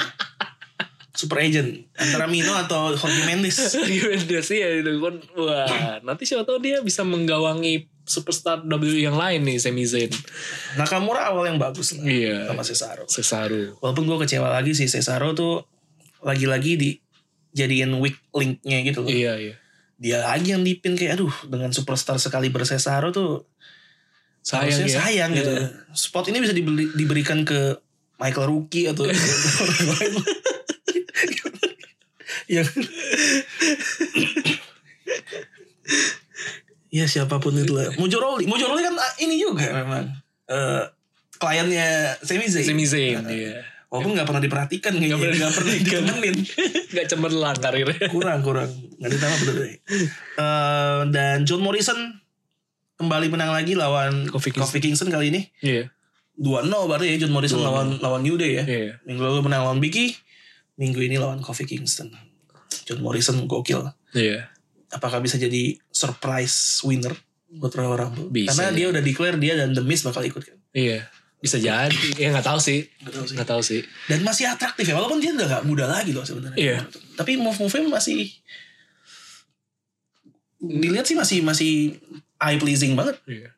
S1: Super agent. Antara Mino atau Jorge Mendes.
S2: Gimana sih ya itu kan. Wah nanti siapa tahu dia bisa menggawangi superstar W yang lain nih Sami Zayn.
S1: Nakamura awal yang bagus lah.
S2: Iya.
S1: Sama Cesaro.
S2: Cesaro.
S1: Walaupun gue kecewa lagi sih Cesaro tuh lagi-lagi di jadiin weak linknya gitu loh.
S2: Iya iya.
S1: Dia lagi yang dipin kayak aduh dengan superstar sekali bersesaro tuh
S2: Sayang
S1: harusnya
S2: ya.
S1: sayang gitu.
S2: Iya.
S1: Spot ini bisa dibeli- diberikan ke Michael Rookie atau orang lain. yang ya siapapun itu lah. Mojoroli, Mojoroli kan ah, ini juga memang Eh, kliennya Sami Zayn.
S2: Sami Zayn. Iya.
S1: Walaupun nggak pernah diperhatikan kayaknya,
S2: pernah
S1: nggak pernah
S2: diperhatikan.
S1: ditemenin.
S2: Gak iya. cemerlang karirnya.
S1: Kurang kurang, nggak ditambah bener deh. Eh, dan John Morrison kembali menang lagi lawan
S2: Kofi Kingston.
S1: Kofi Kingston kali ini.
S2: Iya.
S1: 2-0 berarti ya John Morrison
S2: 2-0.
S1: lawan lawan New Day ya.
S2: Iya.
S1: Minggu lalu menang lawan Biggie, minggu ini lawan Kofi Kingston. John Morrison gokil.
S2: Iya.
S1: Apakah bisa jadi surprise winner buat Royal Rumble?
S2: Bisa,
S1: Karena
S2: ya.
S1: dia udah declare dia dan The Miz bakal ikut kan.
S2: Iya. Bisa jadi. Ya nggak tahu sih.
S1: Nggak tahu sih.
S2: Nggak tahu sih.
S1: Dan masih atraktif ya, walaupun dia udah gak muda lagi loh sebenarnya.
S2: Iya.
S1: Tapi move-move-nya masih dilihat sih masih masih eye pleasing banget.
S2: Iya.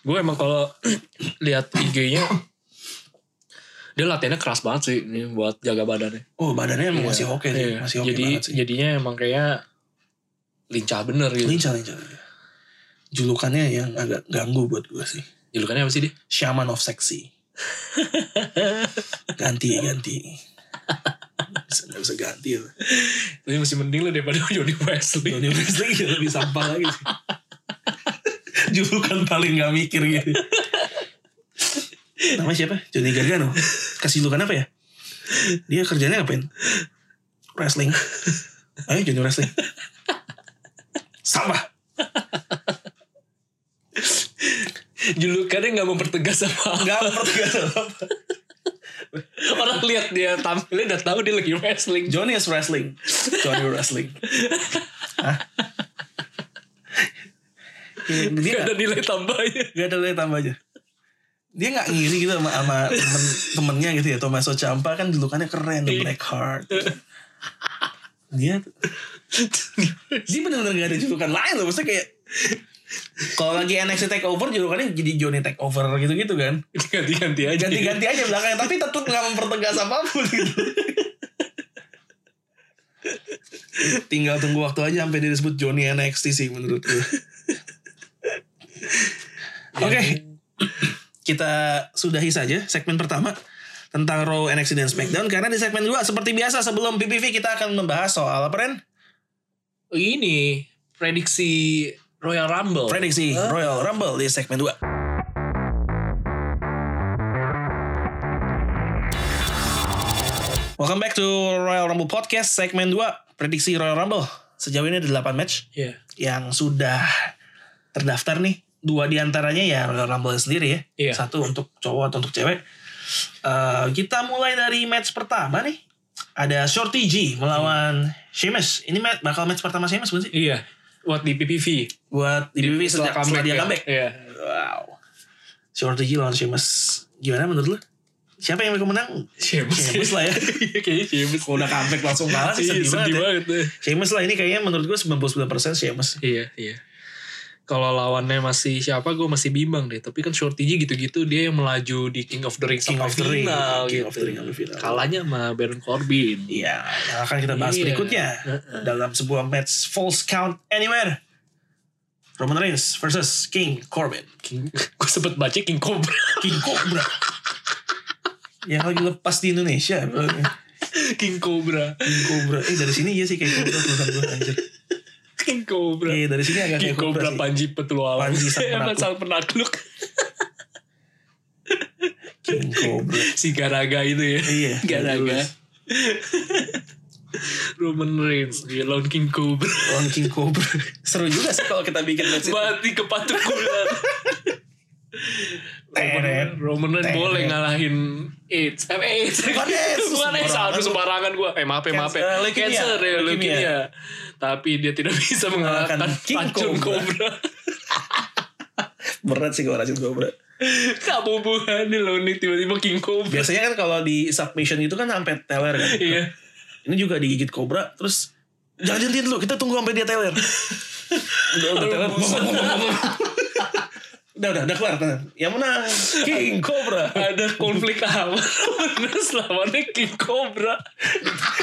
S2: Gue emang kalau lihat IG-nya dia latihannya keras banget sih ini buat jaga badannya.
S1: Oh, badannya emang masih oke sih,
S2: Iya.
S1: masih oke
S2: Jadi
S1: banget sih.
S2: jadinya emang kayak lincah bener gitu.
S1: Lincah, lincah. lincah. Julukannya yang agak ganggu buat gue sih.
S2: Julukannya apa sih dia?
S1: Shaman of Sexy. ganti, ganti. Bisa, gak bisa ganti. ya.
S2: Tapi masih mending lah daripada Johnny Wesley.
S1: Johnny Wesley ya lebih sampah lagi sih. Julukan paling gak mikir gitu. Namanya siapa? Johnny Gargano. Kasih julukan apa ya? Dia kerjanya ngapain? Wrestling. Ayo Johnny Wrestling. Sampah.
S2: Julukannya nggak mempertegas apa.
S1: Gak apa
S2: Orang lihat dia tampilnya udah tahu dia lagi wrestling.
S1: Johnny is wrestling. Johnny wrestling. Hah? Iya, Dia
S2: Gak
S1: gak,
S2: ada nilai tambahnya.
S1: gak ada nilai tambah aja. Dia gak ngiri gitu sama, sama temen, temennya gitu ya. Tommaso Ciampa kan julukannya keren. The Black Heart. Dia dia bener-bener gak ada julukan lain loh. Maksudnya kayak... Kalau lagi NXT Takeover julukannya jadi Johnny Takeover gitu-gitu kan.
S2: Ganti-ganti aja.
S1: Ganti-ganti aja belakangnya. Tapi tetep gak mempertegas apapun gitu. Tinggal tunggu waktu aja sampai dia disebut Johnny NXT sih menurut gue. Oke. Kita sudahi saja segmen pertama tentang Raw NXT dan SmackDown karena di segmen 2 seperti biasa sebelum PPV kita akan membahas soal apa Ren?
S2: Ini prediksi Royal Rumble.
S1: Prediksi Royal Rumble di segmen 2. Welcome back to Royal Rumble Podcast segmen 2 prediksi Royal Rumble. Sejauh ini ada 8 match
S2: Iya.
S1: yang sudah terdaftar nih dua diantaranya ya Royal Rumble sendiri ya.
S2: Iya.
S1: Satu untuk cowok atau untuk cewek. Eh, kita mulai dari match pertama nih. Ada Shorty G melawan Sheamus. Ini match, bakal match pertama Sheamus bukan sih?
S2: Iya. Buat di PPV.
S1: Buat di WWE sejak setelah dia
S2: ya.
S1: comeback.
S2: Iya.
S1: Wow. Shorty G lawan Sheamus. Gimana menurut lu? Siapa yang bakal menang?
S2: Sheamus.
S1: Sheamus lah ya.
S2: Iya, Kayaknya Sheamus.
S1: Kalau udah comeback langsung kalah sih
S2: Iya,
S1: sedih, banget. ya.
S2: banget. ya.
S1: Sheamus lah ini kayaknya menurut gue 99% Sheamus.
S2: Iya, iya. Kalau lawannya masih siapa gue masih bimbang deh. Tapi kan Shorty G gitu-gitu dia yang melaju di King of the Ring
S1: King
S2: sampai
S1: of the Ring.
S2: final
S1: King
S2: gitu.
S1: of the Ring sampai final.
S2: Kalahnya sama Baron Corbin.
S1: Iya, yang akan kita bahas
S2: Iya.
S1: berikutnya
S2: Heeh.
S1: dalam sebuah match False Count Anywhere. Roman Reigns versus King Corbin.
S2: King, gue sempet baca King Cobra.
S1: King Cobra. yang lagi lepas di Indonesia. bro.
S2: King Cobra.
S1: King Cobra. Eh dari sini iya sih kayak Cobra tulisan gue anjir.
S2: King Cobra.
S1: Eh dari sini agak
S2: King
S1: kayak Cobra,
S2: Cobra
S1: sih.
S2: Panji Petualang.
S1: Panji Sang
S2: Emang
S1: Penakluk.
S2: sang penakluk.
S1: King Cobra.
S2: si Garaga itu ya.
S1: Iya,
S2: Garaga.
S1: jelas.
S2: Roman Reigns, dia lawan King Cobra.
S1: Lawan King Cobra. Seru juga sih kalau kita bikin match itu.
S2: Mati kepatukulan.
S1: Teret.
S2: Roman Reigns
S1: Teret.
S2: boleh ngalahin AIDS. Eh, AIDS.
S1: Bukan AIDS,
S2: Bukan AIDS.
S1: sembarangan.
S2: Aduh, sembarangan gue. Eh, maaf ya, maaf ya.
S1: Cancer, leukemia.
S2: Cancer, ya,
S1: Leukemia.
S2: leukemia. Tapi dia tidak bisa mengalahkan
S1: Mengalahkan King
S2: racun Cobra.
S1: Berat sih kalau racun Cobra.
S2: Kabubuhan nih loh nih tiba-tiba King Cobra.
S1: Biasanya kan kalau di submission itu kan sampai teler kan.
S2: Iya.
S1: Ini juga digigit kobra terus jangan jentit dulu kita tunggu sampai dia teler. udah udah teler. bom, bom, bom, bom, bom. udah udah udah kelar. tenang. Yang menang King Cobra
S2: Ada konflik apa? Bener lawannya King Cobra.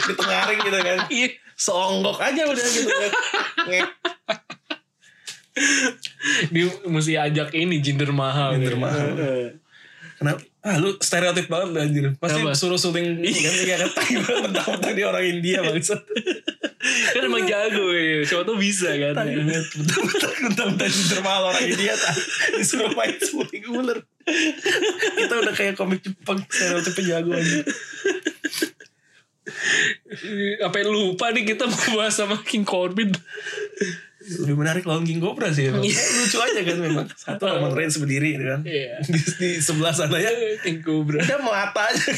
S1: ditengarin gitu kan.
S2: Iya.
S1: Seonggok aja udah gitu kan. Ngek.
S2: Dia mesti ajak ini Jinder Mahal.
S1: Jinder
S2: nih.
S1: Mahal.
S2: Heeh.
S1: Kenapa? Ah lu stereotip banget lu anjir. Pasti
S2: Kenapa?
S1: suruh syuting ini kan iya kan tai banget mentang-mentang dia orang India bangsat.
S2: kan emang jago ya. Siapa tuh bisa kan.
S1: Tai banget mentang-mentang mentang-mentang Jinder Mahal orang India tai. disuruh main syuting ular. Kita udah kayak komik Jepang stereotipnya jago aja.
S2: Apa yang lupa nih kita mau bahas sama King Corbin.
S1: lebih menarik lawan King Cobra sih emang. lucu aja kan memang satu Roman Reigns berdiri gitu kan
S2: Iya.
S1: di, di sebelah sana ya
S2: King Cobra.
S1: udah melata aja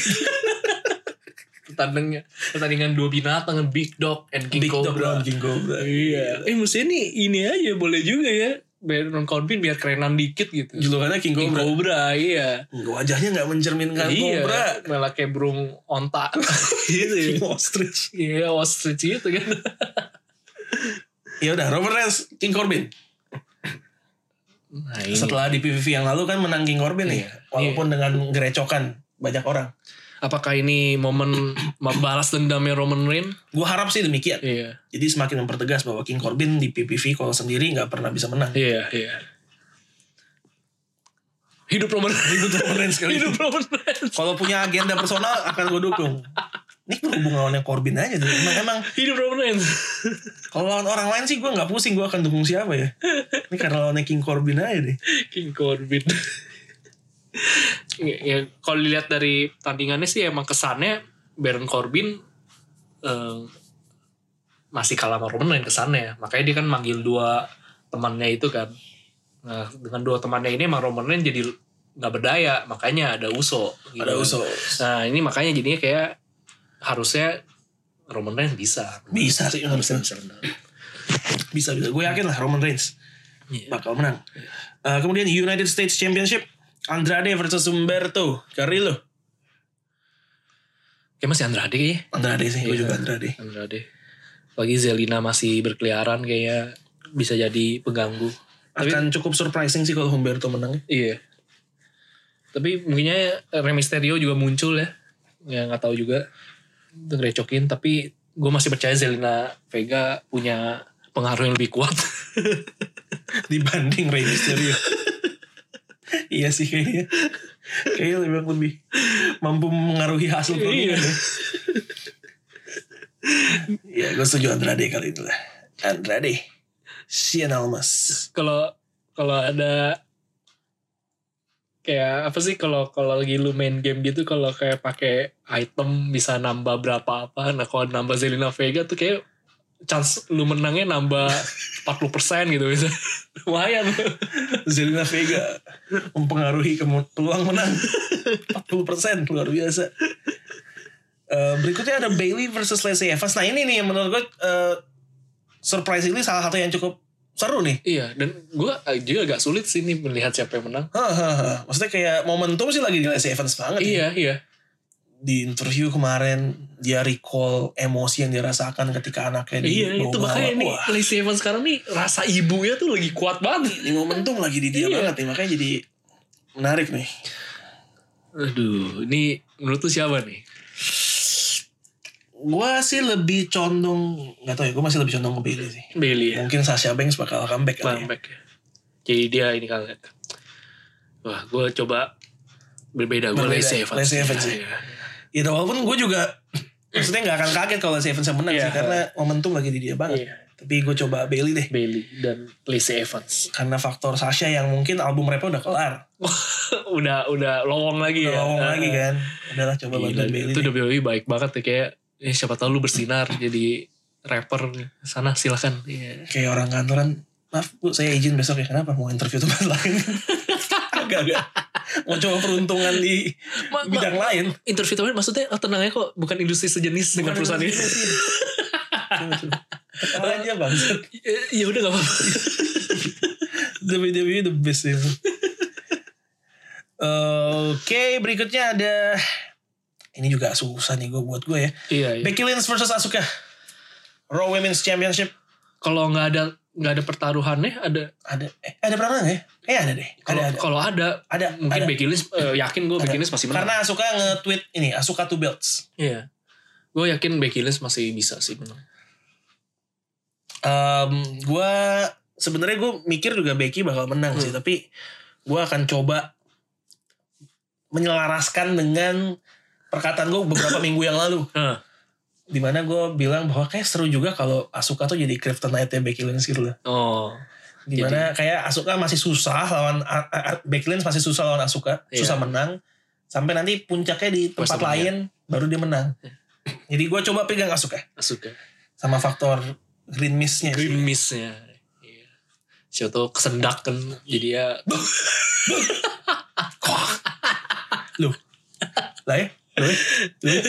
S2: Pertandingan, pertandingan dua binatang. Big Dog and King
S1: Big Dog
S2: Cobra.
S1: lawan King Cobra
S2: Iya. Eh mestinya nih ini aja boleh juga ya. Biar non Corbin biar kerenan dikit gitu.
S1: julukannya King
S2: King
S1: Cobra
S2: Cobra iya.
S1: Enggak, wajahnya nggak mencerminkan
S2: iya,
S1: Cobra
S2: malah kayak burung onta gitu ya.
S1: King Ostrich
S2: Iya, ostrich gitu kan.
S1: ya udah Roman Reigns King Corbin
S2: Nah, ini.
S1: setelah di PVV yang lalu kan menang King Corbin nih
S2: Iya.
S1: walaupun dengan gerecokan banyak orang
S2: Apakah ini momen membalas dendamnya Roman Reigns?
S1: gue harap sih demikian
S2: Iya.
S1: jadi semakin mempertegas bahwa King Corbin di PPV kalau sendiri nggak pernah bisa menang
S2: Iya, iya. Hidup Roman Reigns.
S1: Itu Roman Reigns kali ini.
S2: Hidup Roman Reigns.
S1: kalau punya agenda personal akan gue dukung. Ini berhubung lawannya Corbin aja tuh. Emang, emang
S2: Hidup Roman Reigns.
S1: kalau lawan orang lain sih gue nggak pusing gue akan dukung siapa ya. Ini karena lawannya King Corbin aja deh.
S2: King Corbin. ya, ya, kalau dilihat dari tandingannya sih emang kesannya Baron Corbin eh, masih kalah sama Roman Reigns kesannya. Makanya dia kan manggil dua temannya itu kan. Nah, dengan dua temannya ini emang Roman Reigns jadi nggak berdaya. Makanya ada Uso. gitu
S1: Ada
S2: kan.
S1: Uso.
S2: Nah ini makanya jadinya kayak harusnya Roman Reigns bisa.
S1: Bisa sih harusnya.
S2: Bisa benar.
S1: Bisa bisa. Gue yakin lah Roman Reigns
S2: Iya.
S1: bakal menang. Eh, kemudian United States Championship Andrade versus Humberto Carrillo.
S2: Kayak masih Andrade kayaknya.
S1: Andrade sih, gue
S2: Iya.
S1: juga Andrade.
S2: Andrade. Lagi Zelina masih berkeliaran kayaknya bisa jadi pengganggu. Tapi-
S1: Akan cukup surprising sih kalau Humberto menang. ya,
S2: Iya. Tapi mungkinnya Rey Mysterio juga muncul ya. Ya nggak tahu juga. Itu ngerecokin. Tapi gue masih percaya Zelina Vega punya pengaruh yang lebih kuat.
S1: Dibanding Rey Mysterio. iya sih kayaknya. Kayaknya lebih lebih mampu mengaruhi hasil pertandingan. ya. Ya, gue setuju Andrade kali itu lah. Andrade. Sian Almas.
S2: kalau kalau ada kayak apa sih kalau kalau lagi lu main game gitu kalau kayak pakai item bisa nambah berapa apa nah kalau nambah Zelina Vega tuh kayak chance lu menangnya nambah 40% gitu bisa. Lumayan.
S1: Zelina Vega mempengaruhi kemu- peluang menang 40% luar biasa. Eh, berikutnya ada Bailey versus Lacey Evans. Nah ini nih yang menurut gue eh, surprisingly salah satu yang cukup seru nih.
S2: iya, dan gua juga agak sulit sih nih melihat siapa yang menang.
S1: Hahaha. Maksudnya kayak momentum sih lagi di Lacey Evans banget. ya.
S2: Iya, iya.
S1: Di interview kemarin dia recall emosi yang dirasakan ketika anaknya di
S2: Iya, itu
S1: bawa-bawa.
S2: makanya nih
S1: Wah,
S2: Lacey Evans sekarang nih rasa ibunya tuh lagi kuat banget.
S1: ini momentum lagi di dia
S2: Iya.
S1: banget nih makanya jadi menarik nih.
S2: Aduh, ini menurut tuh siapa nih?
S1: Gue sih lebih condong nggak tahu ya gue masih lebih condong ke Bailey sih.
S2: Bailey ya.
S1: Mungkin Sasha Banks bakal comeback kali ya.
S2: Comeback ya. Jadi dia ini kali. Wah, gua coba berbeda gue
S1: Berbeda,
S2: Lacey Evans.
S1: Lacey Evans sih.
S2: Iya.
S1: Ya walaupun gue juga maksudnya nggak akan kaget kalau Lacey Evans yang menang sih
S2: Iya.
S1: karena momentum lagi di dia banget.
S2: Iya.
S1: Tapi gue coba Bailey deh
S2: Bailey dan Lacey Evans.
S1: karena faktor Sasha yang mungkin album rapnya udah kelar.
S2: udah udah lowong lagi
S1: Udah
S2: ya.
S1: ngomong lagi kan. Udahlah coba
S2: Iya. Gila,
S1: bantuin Bailey.
S2: itu
S1: deh.
S2: WWE baik banget ya kayak eh, siapa tahu lu bersinar jadi rapper sana silakan. Iya.
S1: Kayak orang kantoran, maaf bu saya izin besok ya. Kenapa mau interview teman lain? agak agak mau coba peruntungan di
S2: Ma- ma-
S1: bidang lain.
S2: Interview teman maksudnya oh, tenangnya kok bukan industri sejenis dengan perusahaan ini.
S1: Coba, coba. Ketawa aja bang.
S2: Eh, ya udah gak apa-apa.
S1: WWE E the best ya. itu. Oke, berikutnya ada ini juga susah nih gue buat gue ya.
S2: iya, iya.
S1: Becky Lynch versus Asuka. Raw Women's Championship
S2: Kalau nggak ada nggak ada pertaruhannya ada
S1: ada eh, ada perangan ya? Eh ada deh.
S2: kalau
S1: ada ada.
S2: kalau ada
S1: Ada.
S2: mungkin
S1: ada.
S2: Becky Lynch eh, yakin gue Becky Lynch masih menang.
S1: Karena Asuka nge-tweet ini Asuka two belts.
S2: iya. Gue yakin Becky Lynch masih bisa sih menang.
S1: Em gue sebenarnya gue mikir juga Becky bakal menang sih,
S2: Hmm.
S1: tapi gue akan coba menyelaraskan dengan perkataan gue beberapa minggu yang lalu.
S2: Heeh.
S1: dimana gue bilang bahwa kayak seru juga kalau Asuka tuh jadi kryptonite Becky Lynch gitu loh.
S2: oh.
S1: Dimana kayak Asuka masih susah lawan A- A- A- Becky Lynch masih susah lawan Asuka,
S2: Iya.
S1: susah menang. Sampai nanti puncaknya di tempat
S2: Wrestlemania.
S1: lain baru dia menang.
S2: Iya.
S1: Jadi gue coba pegang Asuka
S2: Asuka.
S1: sama faktor green mist-nya. sih.
S2: Green Mist-nya. Iya. Siapa tahu kesendak kan jadi ya
S1: Loh. Lah ya? Loh ya? Loh ya?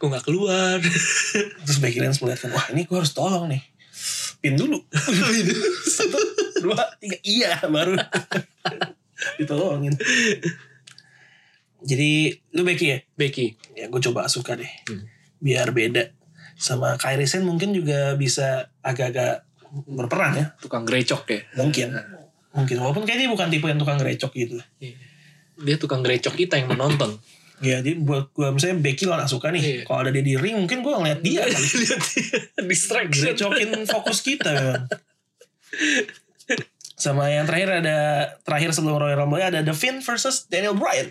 S2: kok nggak keluar.
S1: Terus Becky Lynch melihatkan, wah ini gue harus tolong nih. Pin dulu. Satu, dua, tiga. Iya, baru. Ditolongin. Jadi, lu Becky ya?
S2: Becky.
S1: Ya, gue coba Asuka deh.
S2: Hmm.
S1: Biar beda. Sama Kairi Sen mungkin juga bisa agak-agak berperan ya.
S2: tukang grecok ya.
S1: Mungkin. Mungkin. Walaupun kayaknya bukan tipe yang tukang gerecok gitu.
S2: Iya. Dia tukang grecok kita yang menonton.
S1: Ya, jadi buat gue misalnya Becky lawan Asuka nih.
S2: Iya.
S1: Kalau ada dia di ring, mungkin gue ngeliat dia. kali.
S2: Lihat dia. distraction.
S1: Gerecokin fokus kita memang. Sama yang terakhir ada terakhir sebelum Royal Rumble ada The Finn versus Daniel Bryan.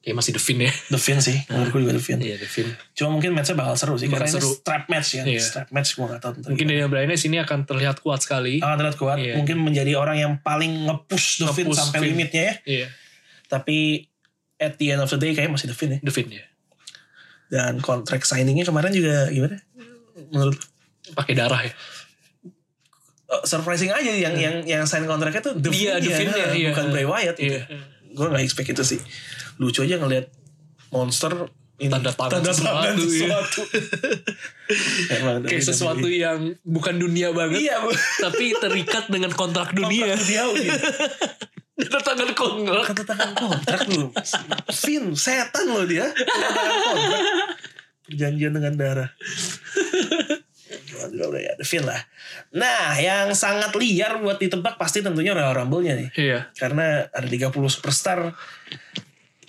S2: Kayak masih Devin ya.
S1: The Finn sih, menurutku juga The Finn.
S2: Iya Devin.
S1: Cuma mungkin matchnya bakal seru sih
S2: Bakal
S1: karena
S2: seru.
S1: ini strap match ya.
S2: Iya.
S1: Strap match gue gak tau tentang.
S2: Mungkin Daniel Bryan sini akan terlihat kuat sekali.
S1: Akan terlihat kuat,
S2: Iya.
S1: mungkin menjadi orang yang paling nge-push The Finn
S2: Nge-push
S1: sampai
S2: Finn.
S1: limitnya ya.
S2: Iya.
S1: Tapi at the end of the day kayaknya masih The Finn ya.
S2: Devin ya.
S1: Dan kontrak signingnya kemarin juga gimana? Menurut
S2: Pakai darah ya.
S1: eh, surprising aja yang yang yang sign kontraknya tuh The
S2: Iya,
S1: Finn ya,
S2: The Finn-nya, iya.
S1: bukan Bray Wyatt. gitu.
S2: Iya.
S1: gue nggak expect itu sih lucu aja ngelihat monster ini,
S2: Tanda tangan
S1: tanda tangan
S2: sesuatu, iya.
S1: sesuatu. Emang dari
S2: Kayak sesuatu
S1: WWE.
S2: yang bukan dunia banget.
S1: iya bu
S2: Tapi terikat dengan kontrak dunia.
S1: dia
S2: Tanda tangan kontrak.
S1: tanda tangan kontrak lu Finn setan lo dia tanda tangan kontrak perjanjian dengan darah Cuma juga udah ya, ada Finn lah nah yang sangat liar buat ditebak pasti tentunya Royal Rumble-nya nih
S2: Iya.
S1: karena ada 30 superstar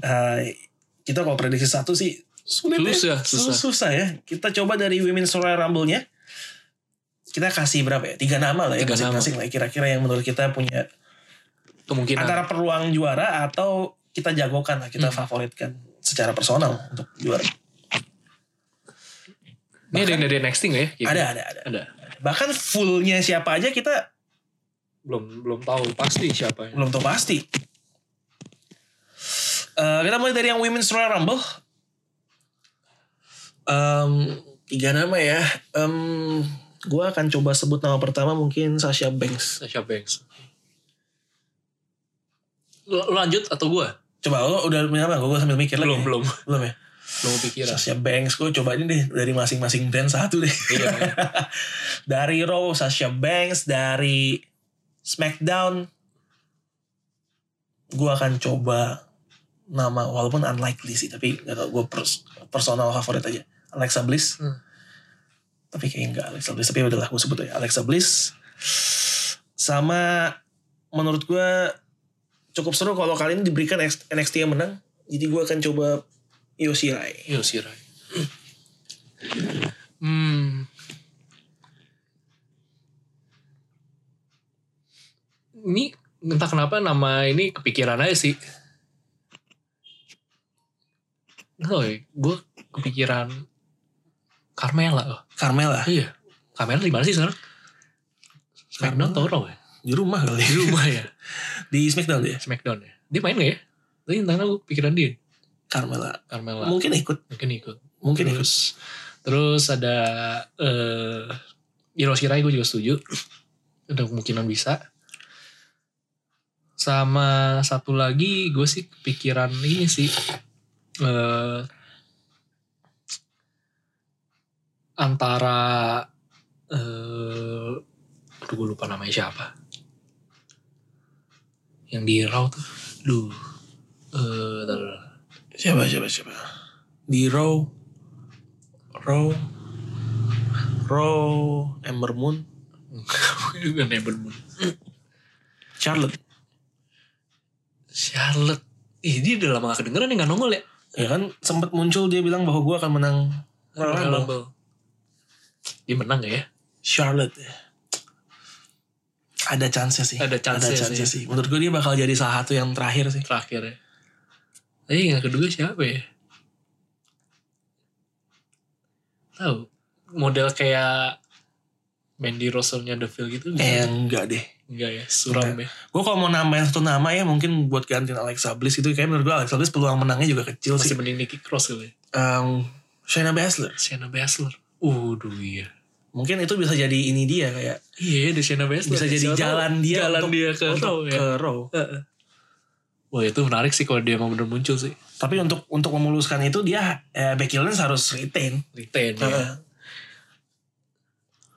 S1: Eh, kita kalau prediksi satu sih sulit ya.
S2: Susah,
S1: Sus-
S2: susah.
S1: susah ya kita coba dari Women's Royal Rumble-nya kita kasih berapa ya tiga nama lah ya
S2: Tiga nama.
S1: masing-masing lah kira-kira yang menurut kita punya
S2: Kemungkinan.
S1: antara peluang juara atau kita jagokan lah kita
S2: Hmm.
S1: favoritkan secara personal untuk juara
S2: Ini ada yang dari NXT nggak ya? Gitu.
S1: ada ada ada
S2: Ada.
S1: bahkan fullnya siapa aja kita
S2: Belum belum tahu pasti siapa. ya.
S1: belum tahu pasti Eh, kita mulai dari yang Women's Royal Rumble Em, tiga nama ya. Em gue akan coba sebut nama pertama mungkin Sasha Banks.
S2: Sasha Banks. Lu, lu lanjut atau gue?
S1: Coba lo udah punya apa? Gue sambil mikir
S2: Belum, Iya.
S1: lagi.
S2: belum.
S1: Belum ya.
S2: Belum kepikiran.
S1: Sasha Banks gue coba ini deh dari masing-masing brand satu deh.
S2: Iya, iya.
S1: dari Raw Sasha Banks dari SmackDown gue akan coba nama walaupun unlikely sih tapi gak tau gue personal favorit aja Alexa Bliss
S2: Hmm.
S1: tapi kayaknya enggak Alexa Bliss tapi udahlah gue sebut aja Alexa Bliss sama menurut gue cukup seru kalau kali ini diberikan X- NXT yang menang jadi gue akan coba Io Shirai
S2: Iya sih Rai. Hmm. Ini entah kenapa nama ini kepikiran aja sih. Loh, gue ya, kepikiran Carmela. loh.
S1: Carmela
S2: Iya. Carmela di mana sih sekarang? Smackdown atau Raw ya?
S1: di rumah kali
S2: Di rumah ya.
S1: di SmackDown dia
S2: Smackdown ya. Dia main gak ya? Tapi entah kenapa gue pikiran dia.
S1: Carmela
S2: Carmela.
S1: mungkin ikut
S2: Mungkin ikut.
S1: mungkin ikut
S2: terus terus ada eh Iro Shirai gue juga setuju ada kemungkinan bisa sama satu lagi gue sih kepikiran ini sih eh antara eh aduh gue lupa namanya siapa yang di Raw tuh duh eh bentar, bentar.
S1: siapa siapa siapa di row row row Ember Moon
S2: Bukan Ember Moon.
S1: Charlotte
S2: Charlotte. Ih, dia udah lama gak kedengeran ya, gak nongol ya?
S1: ya kan sempat muncul dia bilang bahwa gue akan menang Royal
S2: Royal
S1: Rumble.
S2: Rumble. Dia menang gak ya?
S1: Charlotte ada chance sih
S2: Ada chance-nya
S1: ada chance
S2: sih.
S1: sih menurut gue dia bakal jadi salah satu yang terakhir sih
S2: Terakhir ya. Tapi yang kedua siapa ya? Tahu model kayak Mandy Rose-nya Devil
S1: eh
S2: gitu bisa
S1: enggak deh
S2: enggak ya? Suram ya.
S1: gue kalau mau nambahin satu nama ya mungkin buat gantiin Alexa Bliss itu kayak menurut gue Alexa Bliss peluang menangnya juga kecil
S2: Masih
S1: sih
S2: mending Nikki Cross kali ya.
S1: Em, Shayna Baszler
S2: Shayna Baszler. Waduh iya.
S1: mungkin itu bisa jadi ini dia kayak
S2: Iya, ada Shayna Baszler.
S1: bisa jadi
S2: Siapa tahu
S1: jalan dia
S2: jalan
S1: untuk-
S2: dia ke
S1: untuk
S2: Raw ya.
S1: ke Raw.
S2: Heeh. Wah itu menarik sih kalau dia mau bener muncul sih.
S1: Tapi untuk untuk memuluskan itu dia eh, Becky Lynch harus retain.
S2: Retain
S1: Heeh.
S2: ya.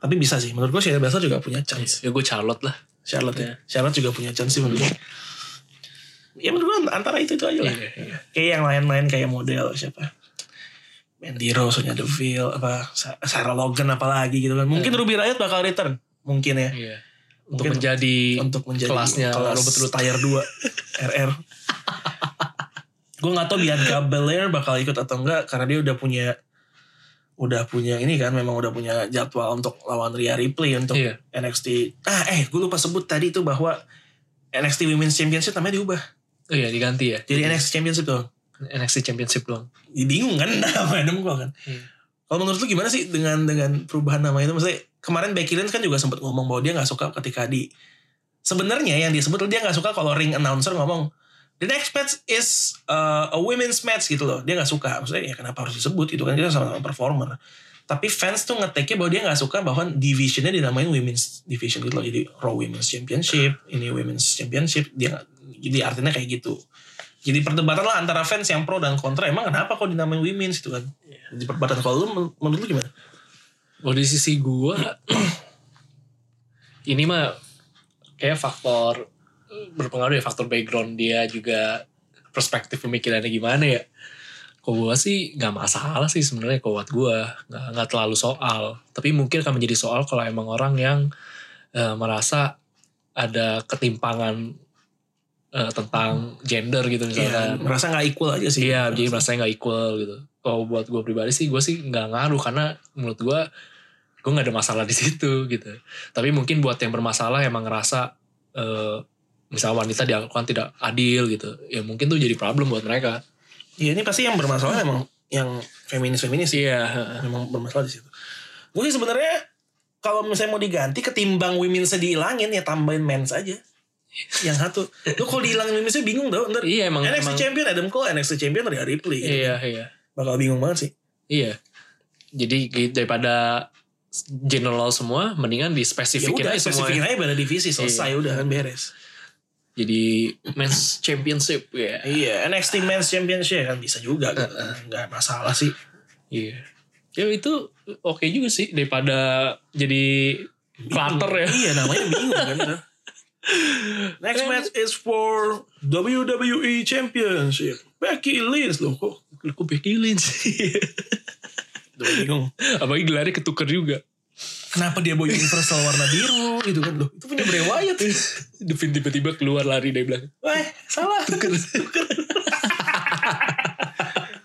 S1: Tapi bisa sih. Menurut gue Shayna Baszler juga punya chance.
S2: Ya gue Charlotte lah.
S1: Charlotte
S2: Iya.
S1: ya. Charlotte juga punya chance sih menurut gue. Ya menurut gue antara itu itu aja lah.
S2: Iya, iya.
S1: Kayak yang lain-lain kayak model siapa. Mandy Rose, Sonya Deville, apa Sa- Sarah Logan apalagi gitu kan. Mungkin Ruby Riot bakal return. Mungkin ya.
S2: Iya. Untuk
S1: Mungkin
S2: menjadi
S1: untuk menjadi
S2: kelasnya
S1: kelas
S2: Robert Root.
S1: Tier 2 RR. gue nggak tahu Bianca Belair bakal ikut atau enggak karena dia udah punya udah punya ini kan memang udah punya jadwal untuk lawan Rhea Ripley untuk
S2: Iya.
S1: NXT. Ah eh gue lupa sebut tadi itu bahwa NXT Women's Championship namanya diubah.
S2: Oh iya diganti ya.
S1: Jadi NXT Championship doang.
S2: NXT Championship doang.
S1: Ya, Bingung kan nama adem gue kan.
S2: Iya.
S1: Kalau menurut lu gimana sih dengan dengan perubahan nama itu? Maksudnya kemarin Becky Lynch kan juga sempat ngomong bahwa dia nggak suka ketika di sebenarnya yang dia sebut dia nggak suka kalau ring announcer ngomong the next match is uh, a women's match gitu loh. Dia nggak suka. Maksudnya ya kenapa harus disebut gitu kan kita sama-sama performer. Tapi fans tuh ngeteknya bahwa dia nggak suka bahwa divisionnya dinamain women's division gitu loh. Jadi Raw Women's Championship, ini Women's Championship. Dia nggak- jadi artinya kayak gitu. Jadi perdebatan lah antara fans yang pro dan kontra. Emang kenapa kok dinamain women's gitu kan? Jadi perdebatan kalau lu men- menurut lu gimana?
S2: Kalau di sisi gua ini mah kayak faktor eh, berpengaruh ya faktor background dia juga perspektif pemikirannya gimana ya. Kalau gua sih nggak masalah sih sebenarnya kalau buat gua nggak nggak terlalu soal. Tapi mungkin akan menjadi soal kalau emang orang yang eh, merasa ada ketimpangan eh, tentang gender gitu misalnya.
S1: Iya, merasa nggak equal aja sih.
S2: Iya, jadi merasa nggak equal gitu. Kalau buat gue pribadi sih, gue sih nggak ngaruh karena menurut gue, gue nggak ada masalah di situ gitu. Tapi mungkin buat yang bermasalah emang ngerasa, eh misalnya wanita dilakukan tidak adil gitu, ya mungkin tuh jadi problem buat mereka.
S1: Iya, ini pasti yang bermasalah emang yang feminis-feminis sih.
S2: Iya,
S1: Memang bermasalah di situ. Gue sih sebenarnya kalau misalnya mau diganti ketimbang women dihilangin ya tambahin men's aja. Yang satu. Lu kalau dihilangin women's bingung tau ntar.
S2: iya emang,
S1: NXT
S2: emang
S1: Champion Adam Cole, NXT Champion Rhea Ripley. gitu.
S2: iya iya
S1: Bakal bingung banget sih.
S2: iya. Jadi gi- daripada general semua, mendingan
S1: Ya
S2: dispesifikin
S1: udah,
S2: aja semua. ya. Iya.
S1: spesifikin aja pada divisi selesai udah kan beres.
S2: Jadi men's championship ya.
S1: Iya, NXT Men's Championship kan bisa juga kan. Nggak masalah sih.
S2: Iya. Ya itu oke juga sih daripada jadi clutter ya.
S1: Iya, namanya bingung kan. kan. Next match is for WWE Championship. Becky Lynch loh kok. gitu,
S2: Kok Becky Lynch sih?
S1: Udah bingung.
S2: Apalagi gelarnya ketuker juga.
S1: Kenapa dia bawa universal warna biru gitu kan loh. Itu punya Bray Wyatt.
S2: Devin tiba-tiba keluar lari dari belakang.
S1: Eh, salah.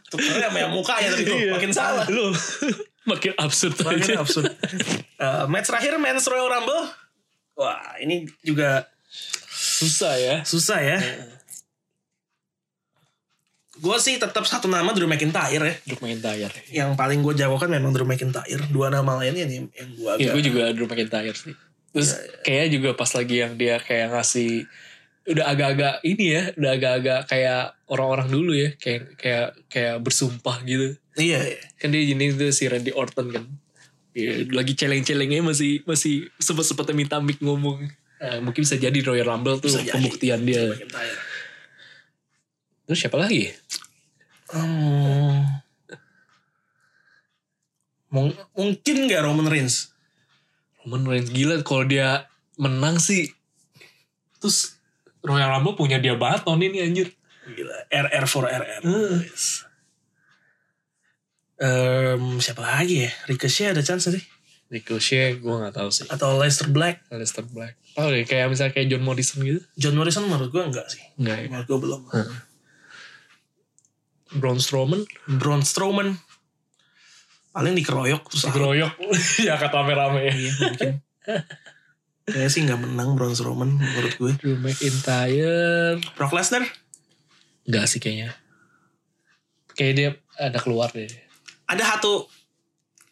S1: Tukernya sama yang mukanya tadi tuh. gitu. Makin salah.
S2: Iya. Lu makin absurd
S1: Makin
S2: aja.
S1: absurd. Eh, match terakhir Men's Royal Rumble. Wah, ini juga
S2: Susah ya.
S1: susah ya. Gue sih tetap satu nama Drew McIntyre ya.
S2: Drew McIntyre.
S1: Yang paling gue jagokan memang Drew McIntyre. Dua nama lainnya nih yang gue agak.
S2: Ya, gue juga Drew McIntyre sih. Terus
S1: Iya,
S2: kayaknya juga pas lagi yang dia kayak ngasih udah agak-agak ini ya, udah agak-agak kayak orang-orang dulu ya, kayak kayak kayak bersumpah gitu.
S1: Iya, iya.
S2: Kan dia ini tuh si Randy Orton kan. Ya, lagi celeng-celengnya masih masih sempat-sempatnya minta mic ngomong. Nah, mungkin bisa jadi Royal Rumble tuh
S1: Bisa jadi.
S2: pembuktian dia.
S1: McIntyre.
S2: Terus siapa lagi?
S1: Hmm. Mung- mungkin gak Roman Reigns?
S2: Roman Reigns gila kalau dia menang sih. Terus Royal Rumble punya dia banget tahun ini anjir.
S1: Gila, RR for RR.
S2: Hmm.
S1: Yes. Em, siapa lagi ya? Ricochet ada chance nih?
S2: Ricochet gue gak tahu sih.
S1: Atau Lester Black?
S2: Aleister Black. Tahu deh kayak misalnya kayak John Morrison gitu.
S1: John Morrison menurut gue enggak sih.
S2: Enggak ya.
S1: Menurut gue belum.
S2: Braun Strowman
S1: Braun Strowman paling dikeroyok terus out.
S2: digeroyok ya kata rame-rame ya.
S1: Iya, mungkin. Kayaknya sih nggak menang Braun Strowman menurut gue.
S2: Drew McIntyre.
S1: Brock Lesnar
S2: Enggak sih kayaknya. Kayak dia ada keluar deh.
S1: ada satu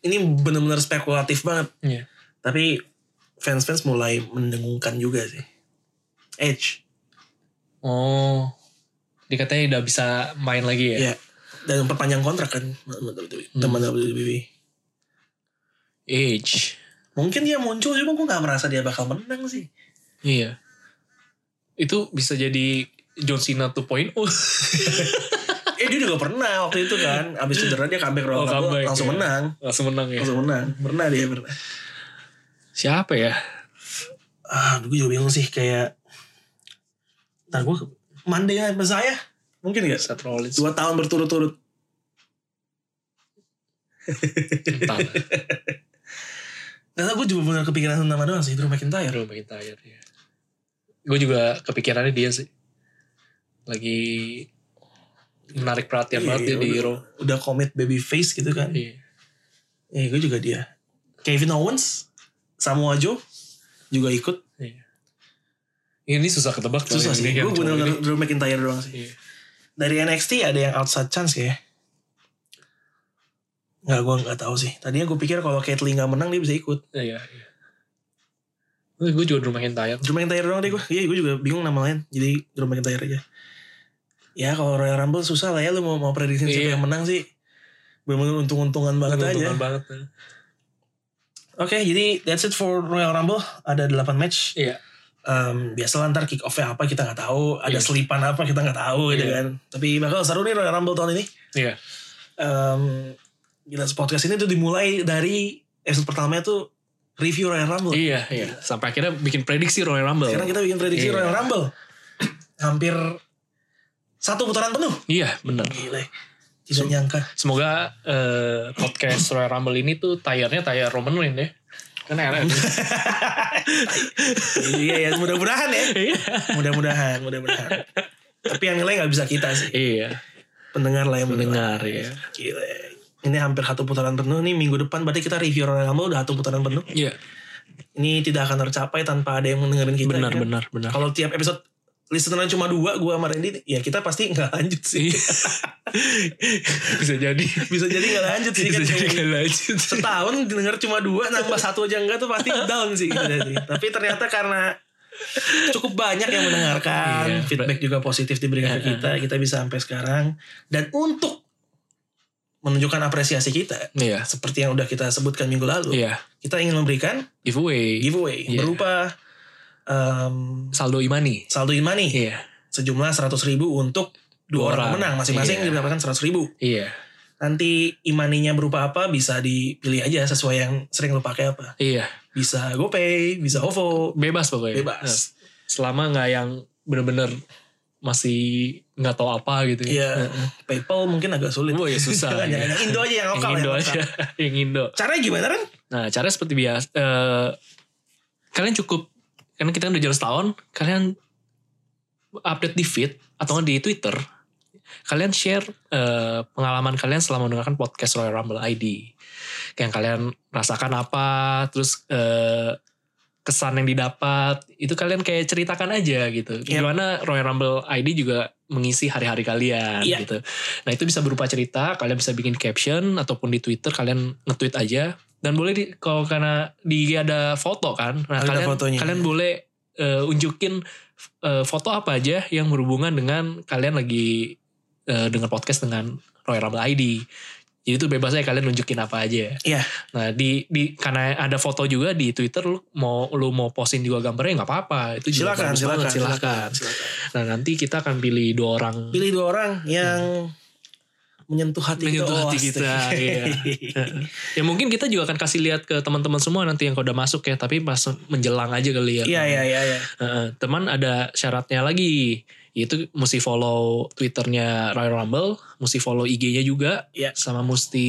S1: ini bener-bener spekulatif banget
S2: Iya.
S1: tapi fans-fans mulai mendengungkan juga sih. Edge,
S2: Oh. Dikatanya udah bisa main lagi ya. Hmm.
S1: ya. Dan perpanjang kontrak kan sama WWE, teman WWE.
S2: Age.
S1: Mungkin dia muncul cuma gue nggak merasa dia bakal menang sih.
S2: Iya. Itu bisa jadi John Cena Oh, 2.0.
S1: eh dia juga pernah waktu itu kan, abis cedera dia comeback Royal
S2: Oh,
S1: Rumble,
S2: comeback,
S1: langsung
S2: ya.
S1: menang,
S2: Langsung menang ya.
S1: langsung menang, pernah dia pernah.
S2: Siapa ya?
S1: ah gue juga bingung sih kayak ntar gue Monday Night Messiah mungkin gak
S2: Seth Rollins.
S1: dua tahun berturut-turut
S2: Entah.
S1: gak tau gue juga bener kepikiran tentang nama doang sih Drew McIntyre
S2: Drew McIntyre ya. Gue juga kepikirannya dia sih. Lagi menarik perhatian
S1: Iya,
S2: banget dia
S1: iya,
S2: di
S1: udah-
S2: Raw.
S1: udah komit baby face gitu kan
S2: Iya.
S1: eh gue juga dia Kevin Owens Samoa Joe juga ikut
S2: iya. Ini susah ketebak tuh.
S1: susah
S2: yang
S1: sih
S2: ini
S1: gue
S2: kan cuma
S1: bener-bener
S2: ini.
S1: Drew McIntyre doang sih
S2: Iya.
S1: dari NXT ada yang outside chance kayak Nggak, gue nggak tahu sih. Tadinya gue pikir kalau Caitlyn nggak menang dia bisa ikut.
S2: Iya. iya. Gue juga Drew McIntyre.
S1: Drew McIntyre doang deh gue. Iya gue juga bingung nama lain. Jadi Drew McIntyre aja. Ya kalau Royal Rumble susah lah ya lu mau, mau prediksi siapa
S2: Iya.
S1: yang menang sih. Bener-bener untung-untungan banget aja.
S2: Untungan banget. ya.
S1: Oke jadi that's it for Royal Rumble. Ada 8 match.
S2: Iya.
S1: Em biasa lah ntar kick off-nya apa kita nggak tahu. Ada
S2: Iya.
S1: selipan apa kita nggak tahu gitu
S2: Iya.
S1: kan. Tapi bakal seru nih Royal Rumble tahun ini.
S2: Iya.
S1: Em gila podcast ini tuh dimulai dari episode pertamanya tuh review Royal Rumble.
S2: Iya, iya. Sampai akhirnya bikin prediksi Royal Rumble.
S1: Sekarang kita bikin prediksi
S2: Iya.
S1: Royal Rumble. Hampir satu putaran penuh.
S2: Iya, bener.
S1: Gila. Tidak nyangka.
S2: Semoga eh, podcast Royal Rumble ini tuh tayarnya tayar Roman Reigns ya. Kan enak.
S1: iya ya, mudah-mudahan ya.
S2: Iya.
S1: Mudah-mudahan, mudah-mudahan. Tapi yang nilai nggak bisa kita sih.
S2: Iya.
S1: Pendengar lah yang menilai.
S2: Mendengar ya.
S1: Gila. Ini hampir satu putaran penuh nih minggu depan berarti kita review Royal Rumble udah satu putaran penuh.
S2: Iya.
S1: Ini tidak akan tercapai tanpa ada yang mendengarin kita.
S2: Benar,
S1: ya kan?
S2: benar, benar.
S1: Kalau tiap episode listenernya cuma dua, gue sama Randy, ya kita pasti nggak lanjut sih.
S2: Iya. bisa jadi
S1: Bisa jadi nggak lanjut sih.
S2: bisa
S1: kan?
S2: jadi nggak lanjut
S1: setahun denger cuma dua nambah satu aja enggak tuh pasti down sih gitu jadi. tapi ternyata karena cukup banyak yang mendengarkan
S2: Iya.
S1: feedback juga positif diberikan ke kita kita bisa sampai sekarang dan untuk menunjukkan apresiasi kita
S2: Iya.
S1: seperti yang udah kita sebutkan minggu lalu.
S2: Iya.
S1: Kita ingin memberikan
S2: Giveaway.
S1: giveaway
S2: Iya.
S1: berupa em,
S2: Saldo imani.
S1: saldo imani
S2: Iya.
S1: sejumlah 100.000 ribu untuk dua
S2: Dua
S1: orang
S2: orang.
S1: pemenang masing-masing
S2: Iya.
S1: didapatkan 100.000 ribu.
S2: Iya.
S1: Nanti imaninya berupa apa bisa dipilih aja sesuai yang sering lo pakai apa.
S2: Iya.
S1: Bisa GoPay, bisa OVO,
S2: Bebas pokoknya. Nah,
S1: bebas.
S2: Selama nggak yang bener-bener masih nggak tahu apa gitu.
S1: Iya, PayPal mungkin agak sulit.
S2: Oh ya susah.
S1: Jangan, jangan.
S2: Iya.
S1: Yang Indo aja yang lokal. ya,
S2: yang Indo
S1: yang lokal.
S2: aja. yang Indo.
S1: Caranya gimana Ren?
S2: Nah, caranya seperti biasa. eh, kalian cukup, karena kita kan udah jalan setahun, kalian update di feed atau nggak di Twitter. Kalian share eh, pengalaman kalian selama mendengarkan podcast Royal Rumble ID. Yang kalian rasakan apa, terus eh, kesan yang didapat, itu kalian kayak ceritakan aja gitu.
S1: Yep.
S2: Gimana Royal Rumble ID juga mengisi hari-hari kalian
S1: Iya.
S2: gitu. Nah itu bisa berupa cerita, kalian bisa bikin caption ataupun di Twitter kalian nge-tweet aja. Dan boleh di, kalau karena di IG ada foto kan, nah
S1: Ada
S2: kalian
S1: fotonya.
S2: kalian boleh eh, unjukin eh, foto apa aja yang berhubungan dengan kalian lagi eh, dengan podcast dengan Royal Rumble ID. Jadi itu bebas aja kalian nunjukin apa aja.
S1: Iya.
S2: Nah di di karena ada foto juga di Twitter lu mau lu mau posting juga gambarnya nggak apa-apa. Itu juga
S1: Silakan,
S2: bagus
S1: silakan,
S2: banget, silakan. Nah nanti kita akan pilih dua orang
S1: Pilih dua orang yang menyentuh hati
S2: Menyentuh
S1: kita. Oh,
S2: hati
S1: asik.
S2: kita, iya. ya mungkin kita juga akan kasih lihat ke teman-teman semua nanti yang udah masuk ya tapi pas menjelang aja kali ya
S1: Iya, iya, iya, iya.
S2: Heeh, teman ada syaratnya lagi yaitu mesti follow twitternya Royal Rumble mesti follow IG-nya juga
S1: Iya.
S2: sama mesti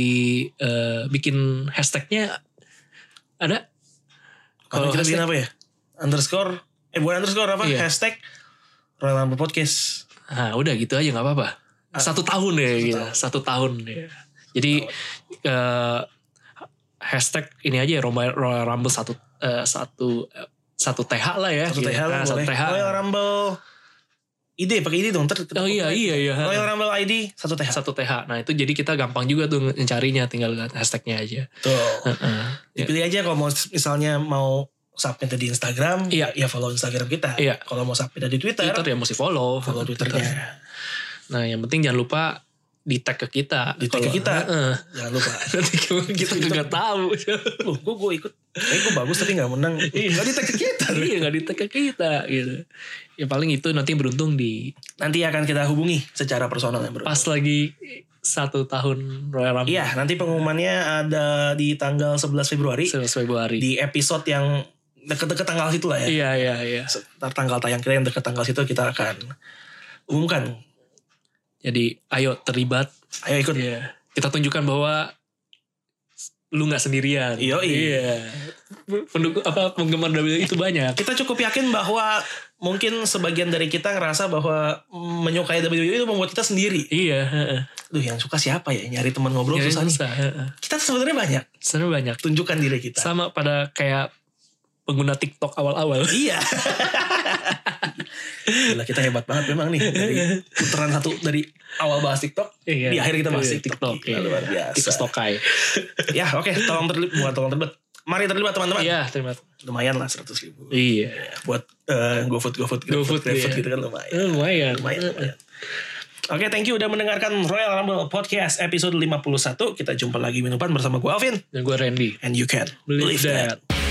S2: eh, bikin hashtagnya ada
S1: Kalau
S2: Kalau
S1: kita bikin
S2: hashtag-
S1: apa ya? Underscore. Eh bukan underscore apa?
S2: Iya.
S1: Hashtag. Royal Rumble Podcast.
S2: nah udah gitu aja nggak apa-apa
S1: Ah,
S2: satu tahun ya
S1: satu
S2: gitu
S1: tahun. Iya.
S2: satu tahun ya jadi eh, hashtag ini aja ya Royal Royal Rumble satu eh, satu eh, satu TH lah ya
S1: Satu
S2: gitu.
S1: TH lah
S2: Ah, satu
S1: boleh.
S2: TH
S1: Royal Rumble. ID, pakai ID dong. Ntar kita
S2: Oh iya
S1: copyright.
S2: iya iya.
S1: Royal Rumble ID, satu TH.
S2: Satu TH. Nah itu jadi kita gampang juga tuh mencarinya tinggal lihat hashtagnya aja.
S1: Tuh.
S2: Heeh.
S1: Dipilih aja kalau mau misalnya mau submit di Instagram,
S2: Iya.
S1: ya follow Instagram kita.
S2: Iya.
S1: Kalau mau submit di Twitter,
S2: Twitter ya mesti follow.
S1: follow Twitternya.
S2: Nah yang penting jangan lupa di tag ke kita.
S1: Di tag ke
S2: Kalau-
S1: kita.
S2: Heeh.
S1: Jangan lupa.
S2: Nanti kita nggak tahu.
S1: Loh, gue gue ikut. Eh, gue bagus tapi nggak menang. Gak di tag ke kita.
S2: iya nggak di tag ke kita gitu. Ya paling itu nanti beruntung di
S1: Nanti akan kita hubungi secara personal ya bro.
S2: pas lagi satu tahun Royal Rumble.
S1: Iya, nanti pengumumannya ada di tanggal 11 Februari
S2: 11 Februari.
S1: Iya. di episode yang deket-deket tanggal situ lah ya.
S2: Iya iya iya.
S1: Sekitar tanggal tayang kita yang deket tanggal situ kita akan umumkan.
S2: Jadi ayo terlibat.
S1: Ayo ikut.
S2: Iya. Kita tunjukkan bahwa lu nggak sendirian.
S1: Yoi.
S2: Iya. Pendukung apa penggemar WWE itu banyak.
S1: Kita cukup yakin bahwa mungkin sebagian dari kita ngerasa bahwa menyukai WWE itu membuat kita sendiri.
S2: Iya. heeh.
S1: Duh, yang suka siapa ya? Nyari teman ngobrol
S2: Jadi
S1: susah nih.
S2: susah, heeh.
S1: Kita sebenarnya banyak.
S2: Sebenarnya banyak.
S1: Tunjukkan diri kita.
S2: Sama pada kayak pengguna TikTok awal-awal.
S1: Iya. Gila kita hebat banget memang nih dari putaran satu dari awal bahas TikTok di
S2: Iya.
S1: akhir kita bahas
S2: Iya,
S1: TikTok.
S2: TikTok. Iya.
S1: Gila, luar biasa.
S2: TikTokai.
S1: Ya oke tolong terlibat bukan tolong terlibat. Mari terlibat teman-teman.
S2: Iya, terima kasih.
S1: Lumayan lah seratus ribu
S2: Iya.
S1: buat eh, GoFood GoFood GoFood
S2: GoFood,
S1: GoFood
S2: iya.
S1: gitu kan lumayan.
S2: Eh, Lumayan.
S1: Lumayan. lumayan. Oke, thank you udah mendengarkan Royal Rumble Podcast episode 51. Kita jumpa lagi minggu depan bersama gue Alvin.
S2: Dan gue Randy.
S1: And you can
S2: Believe, that.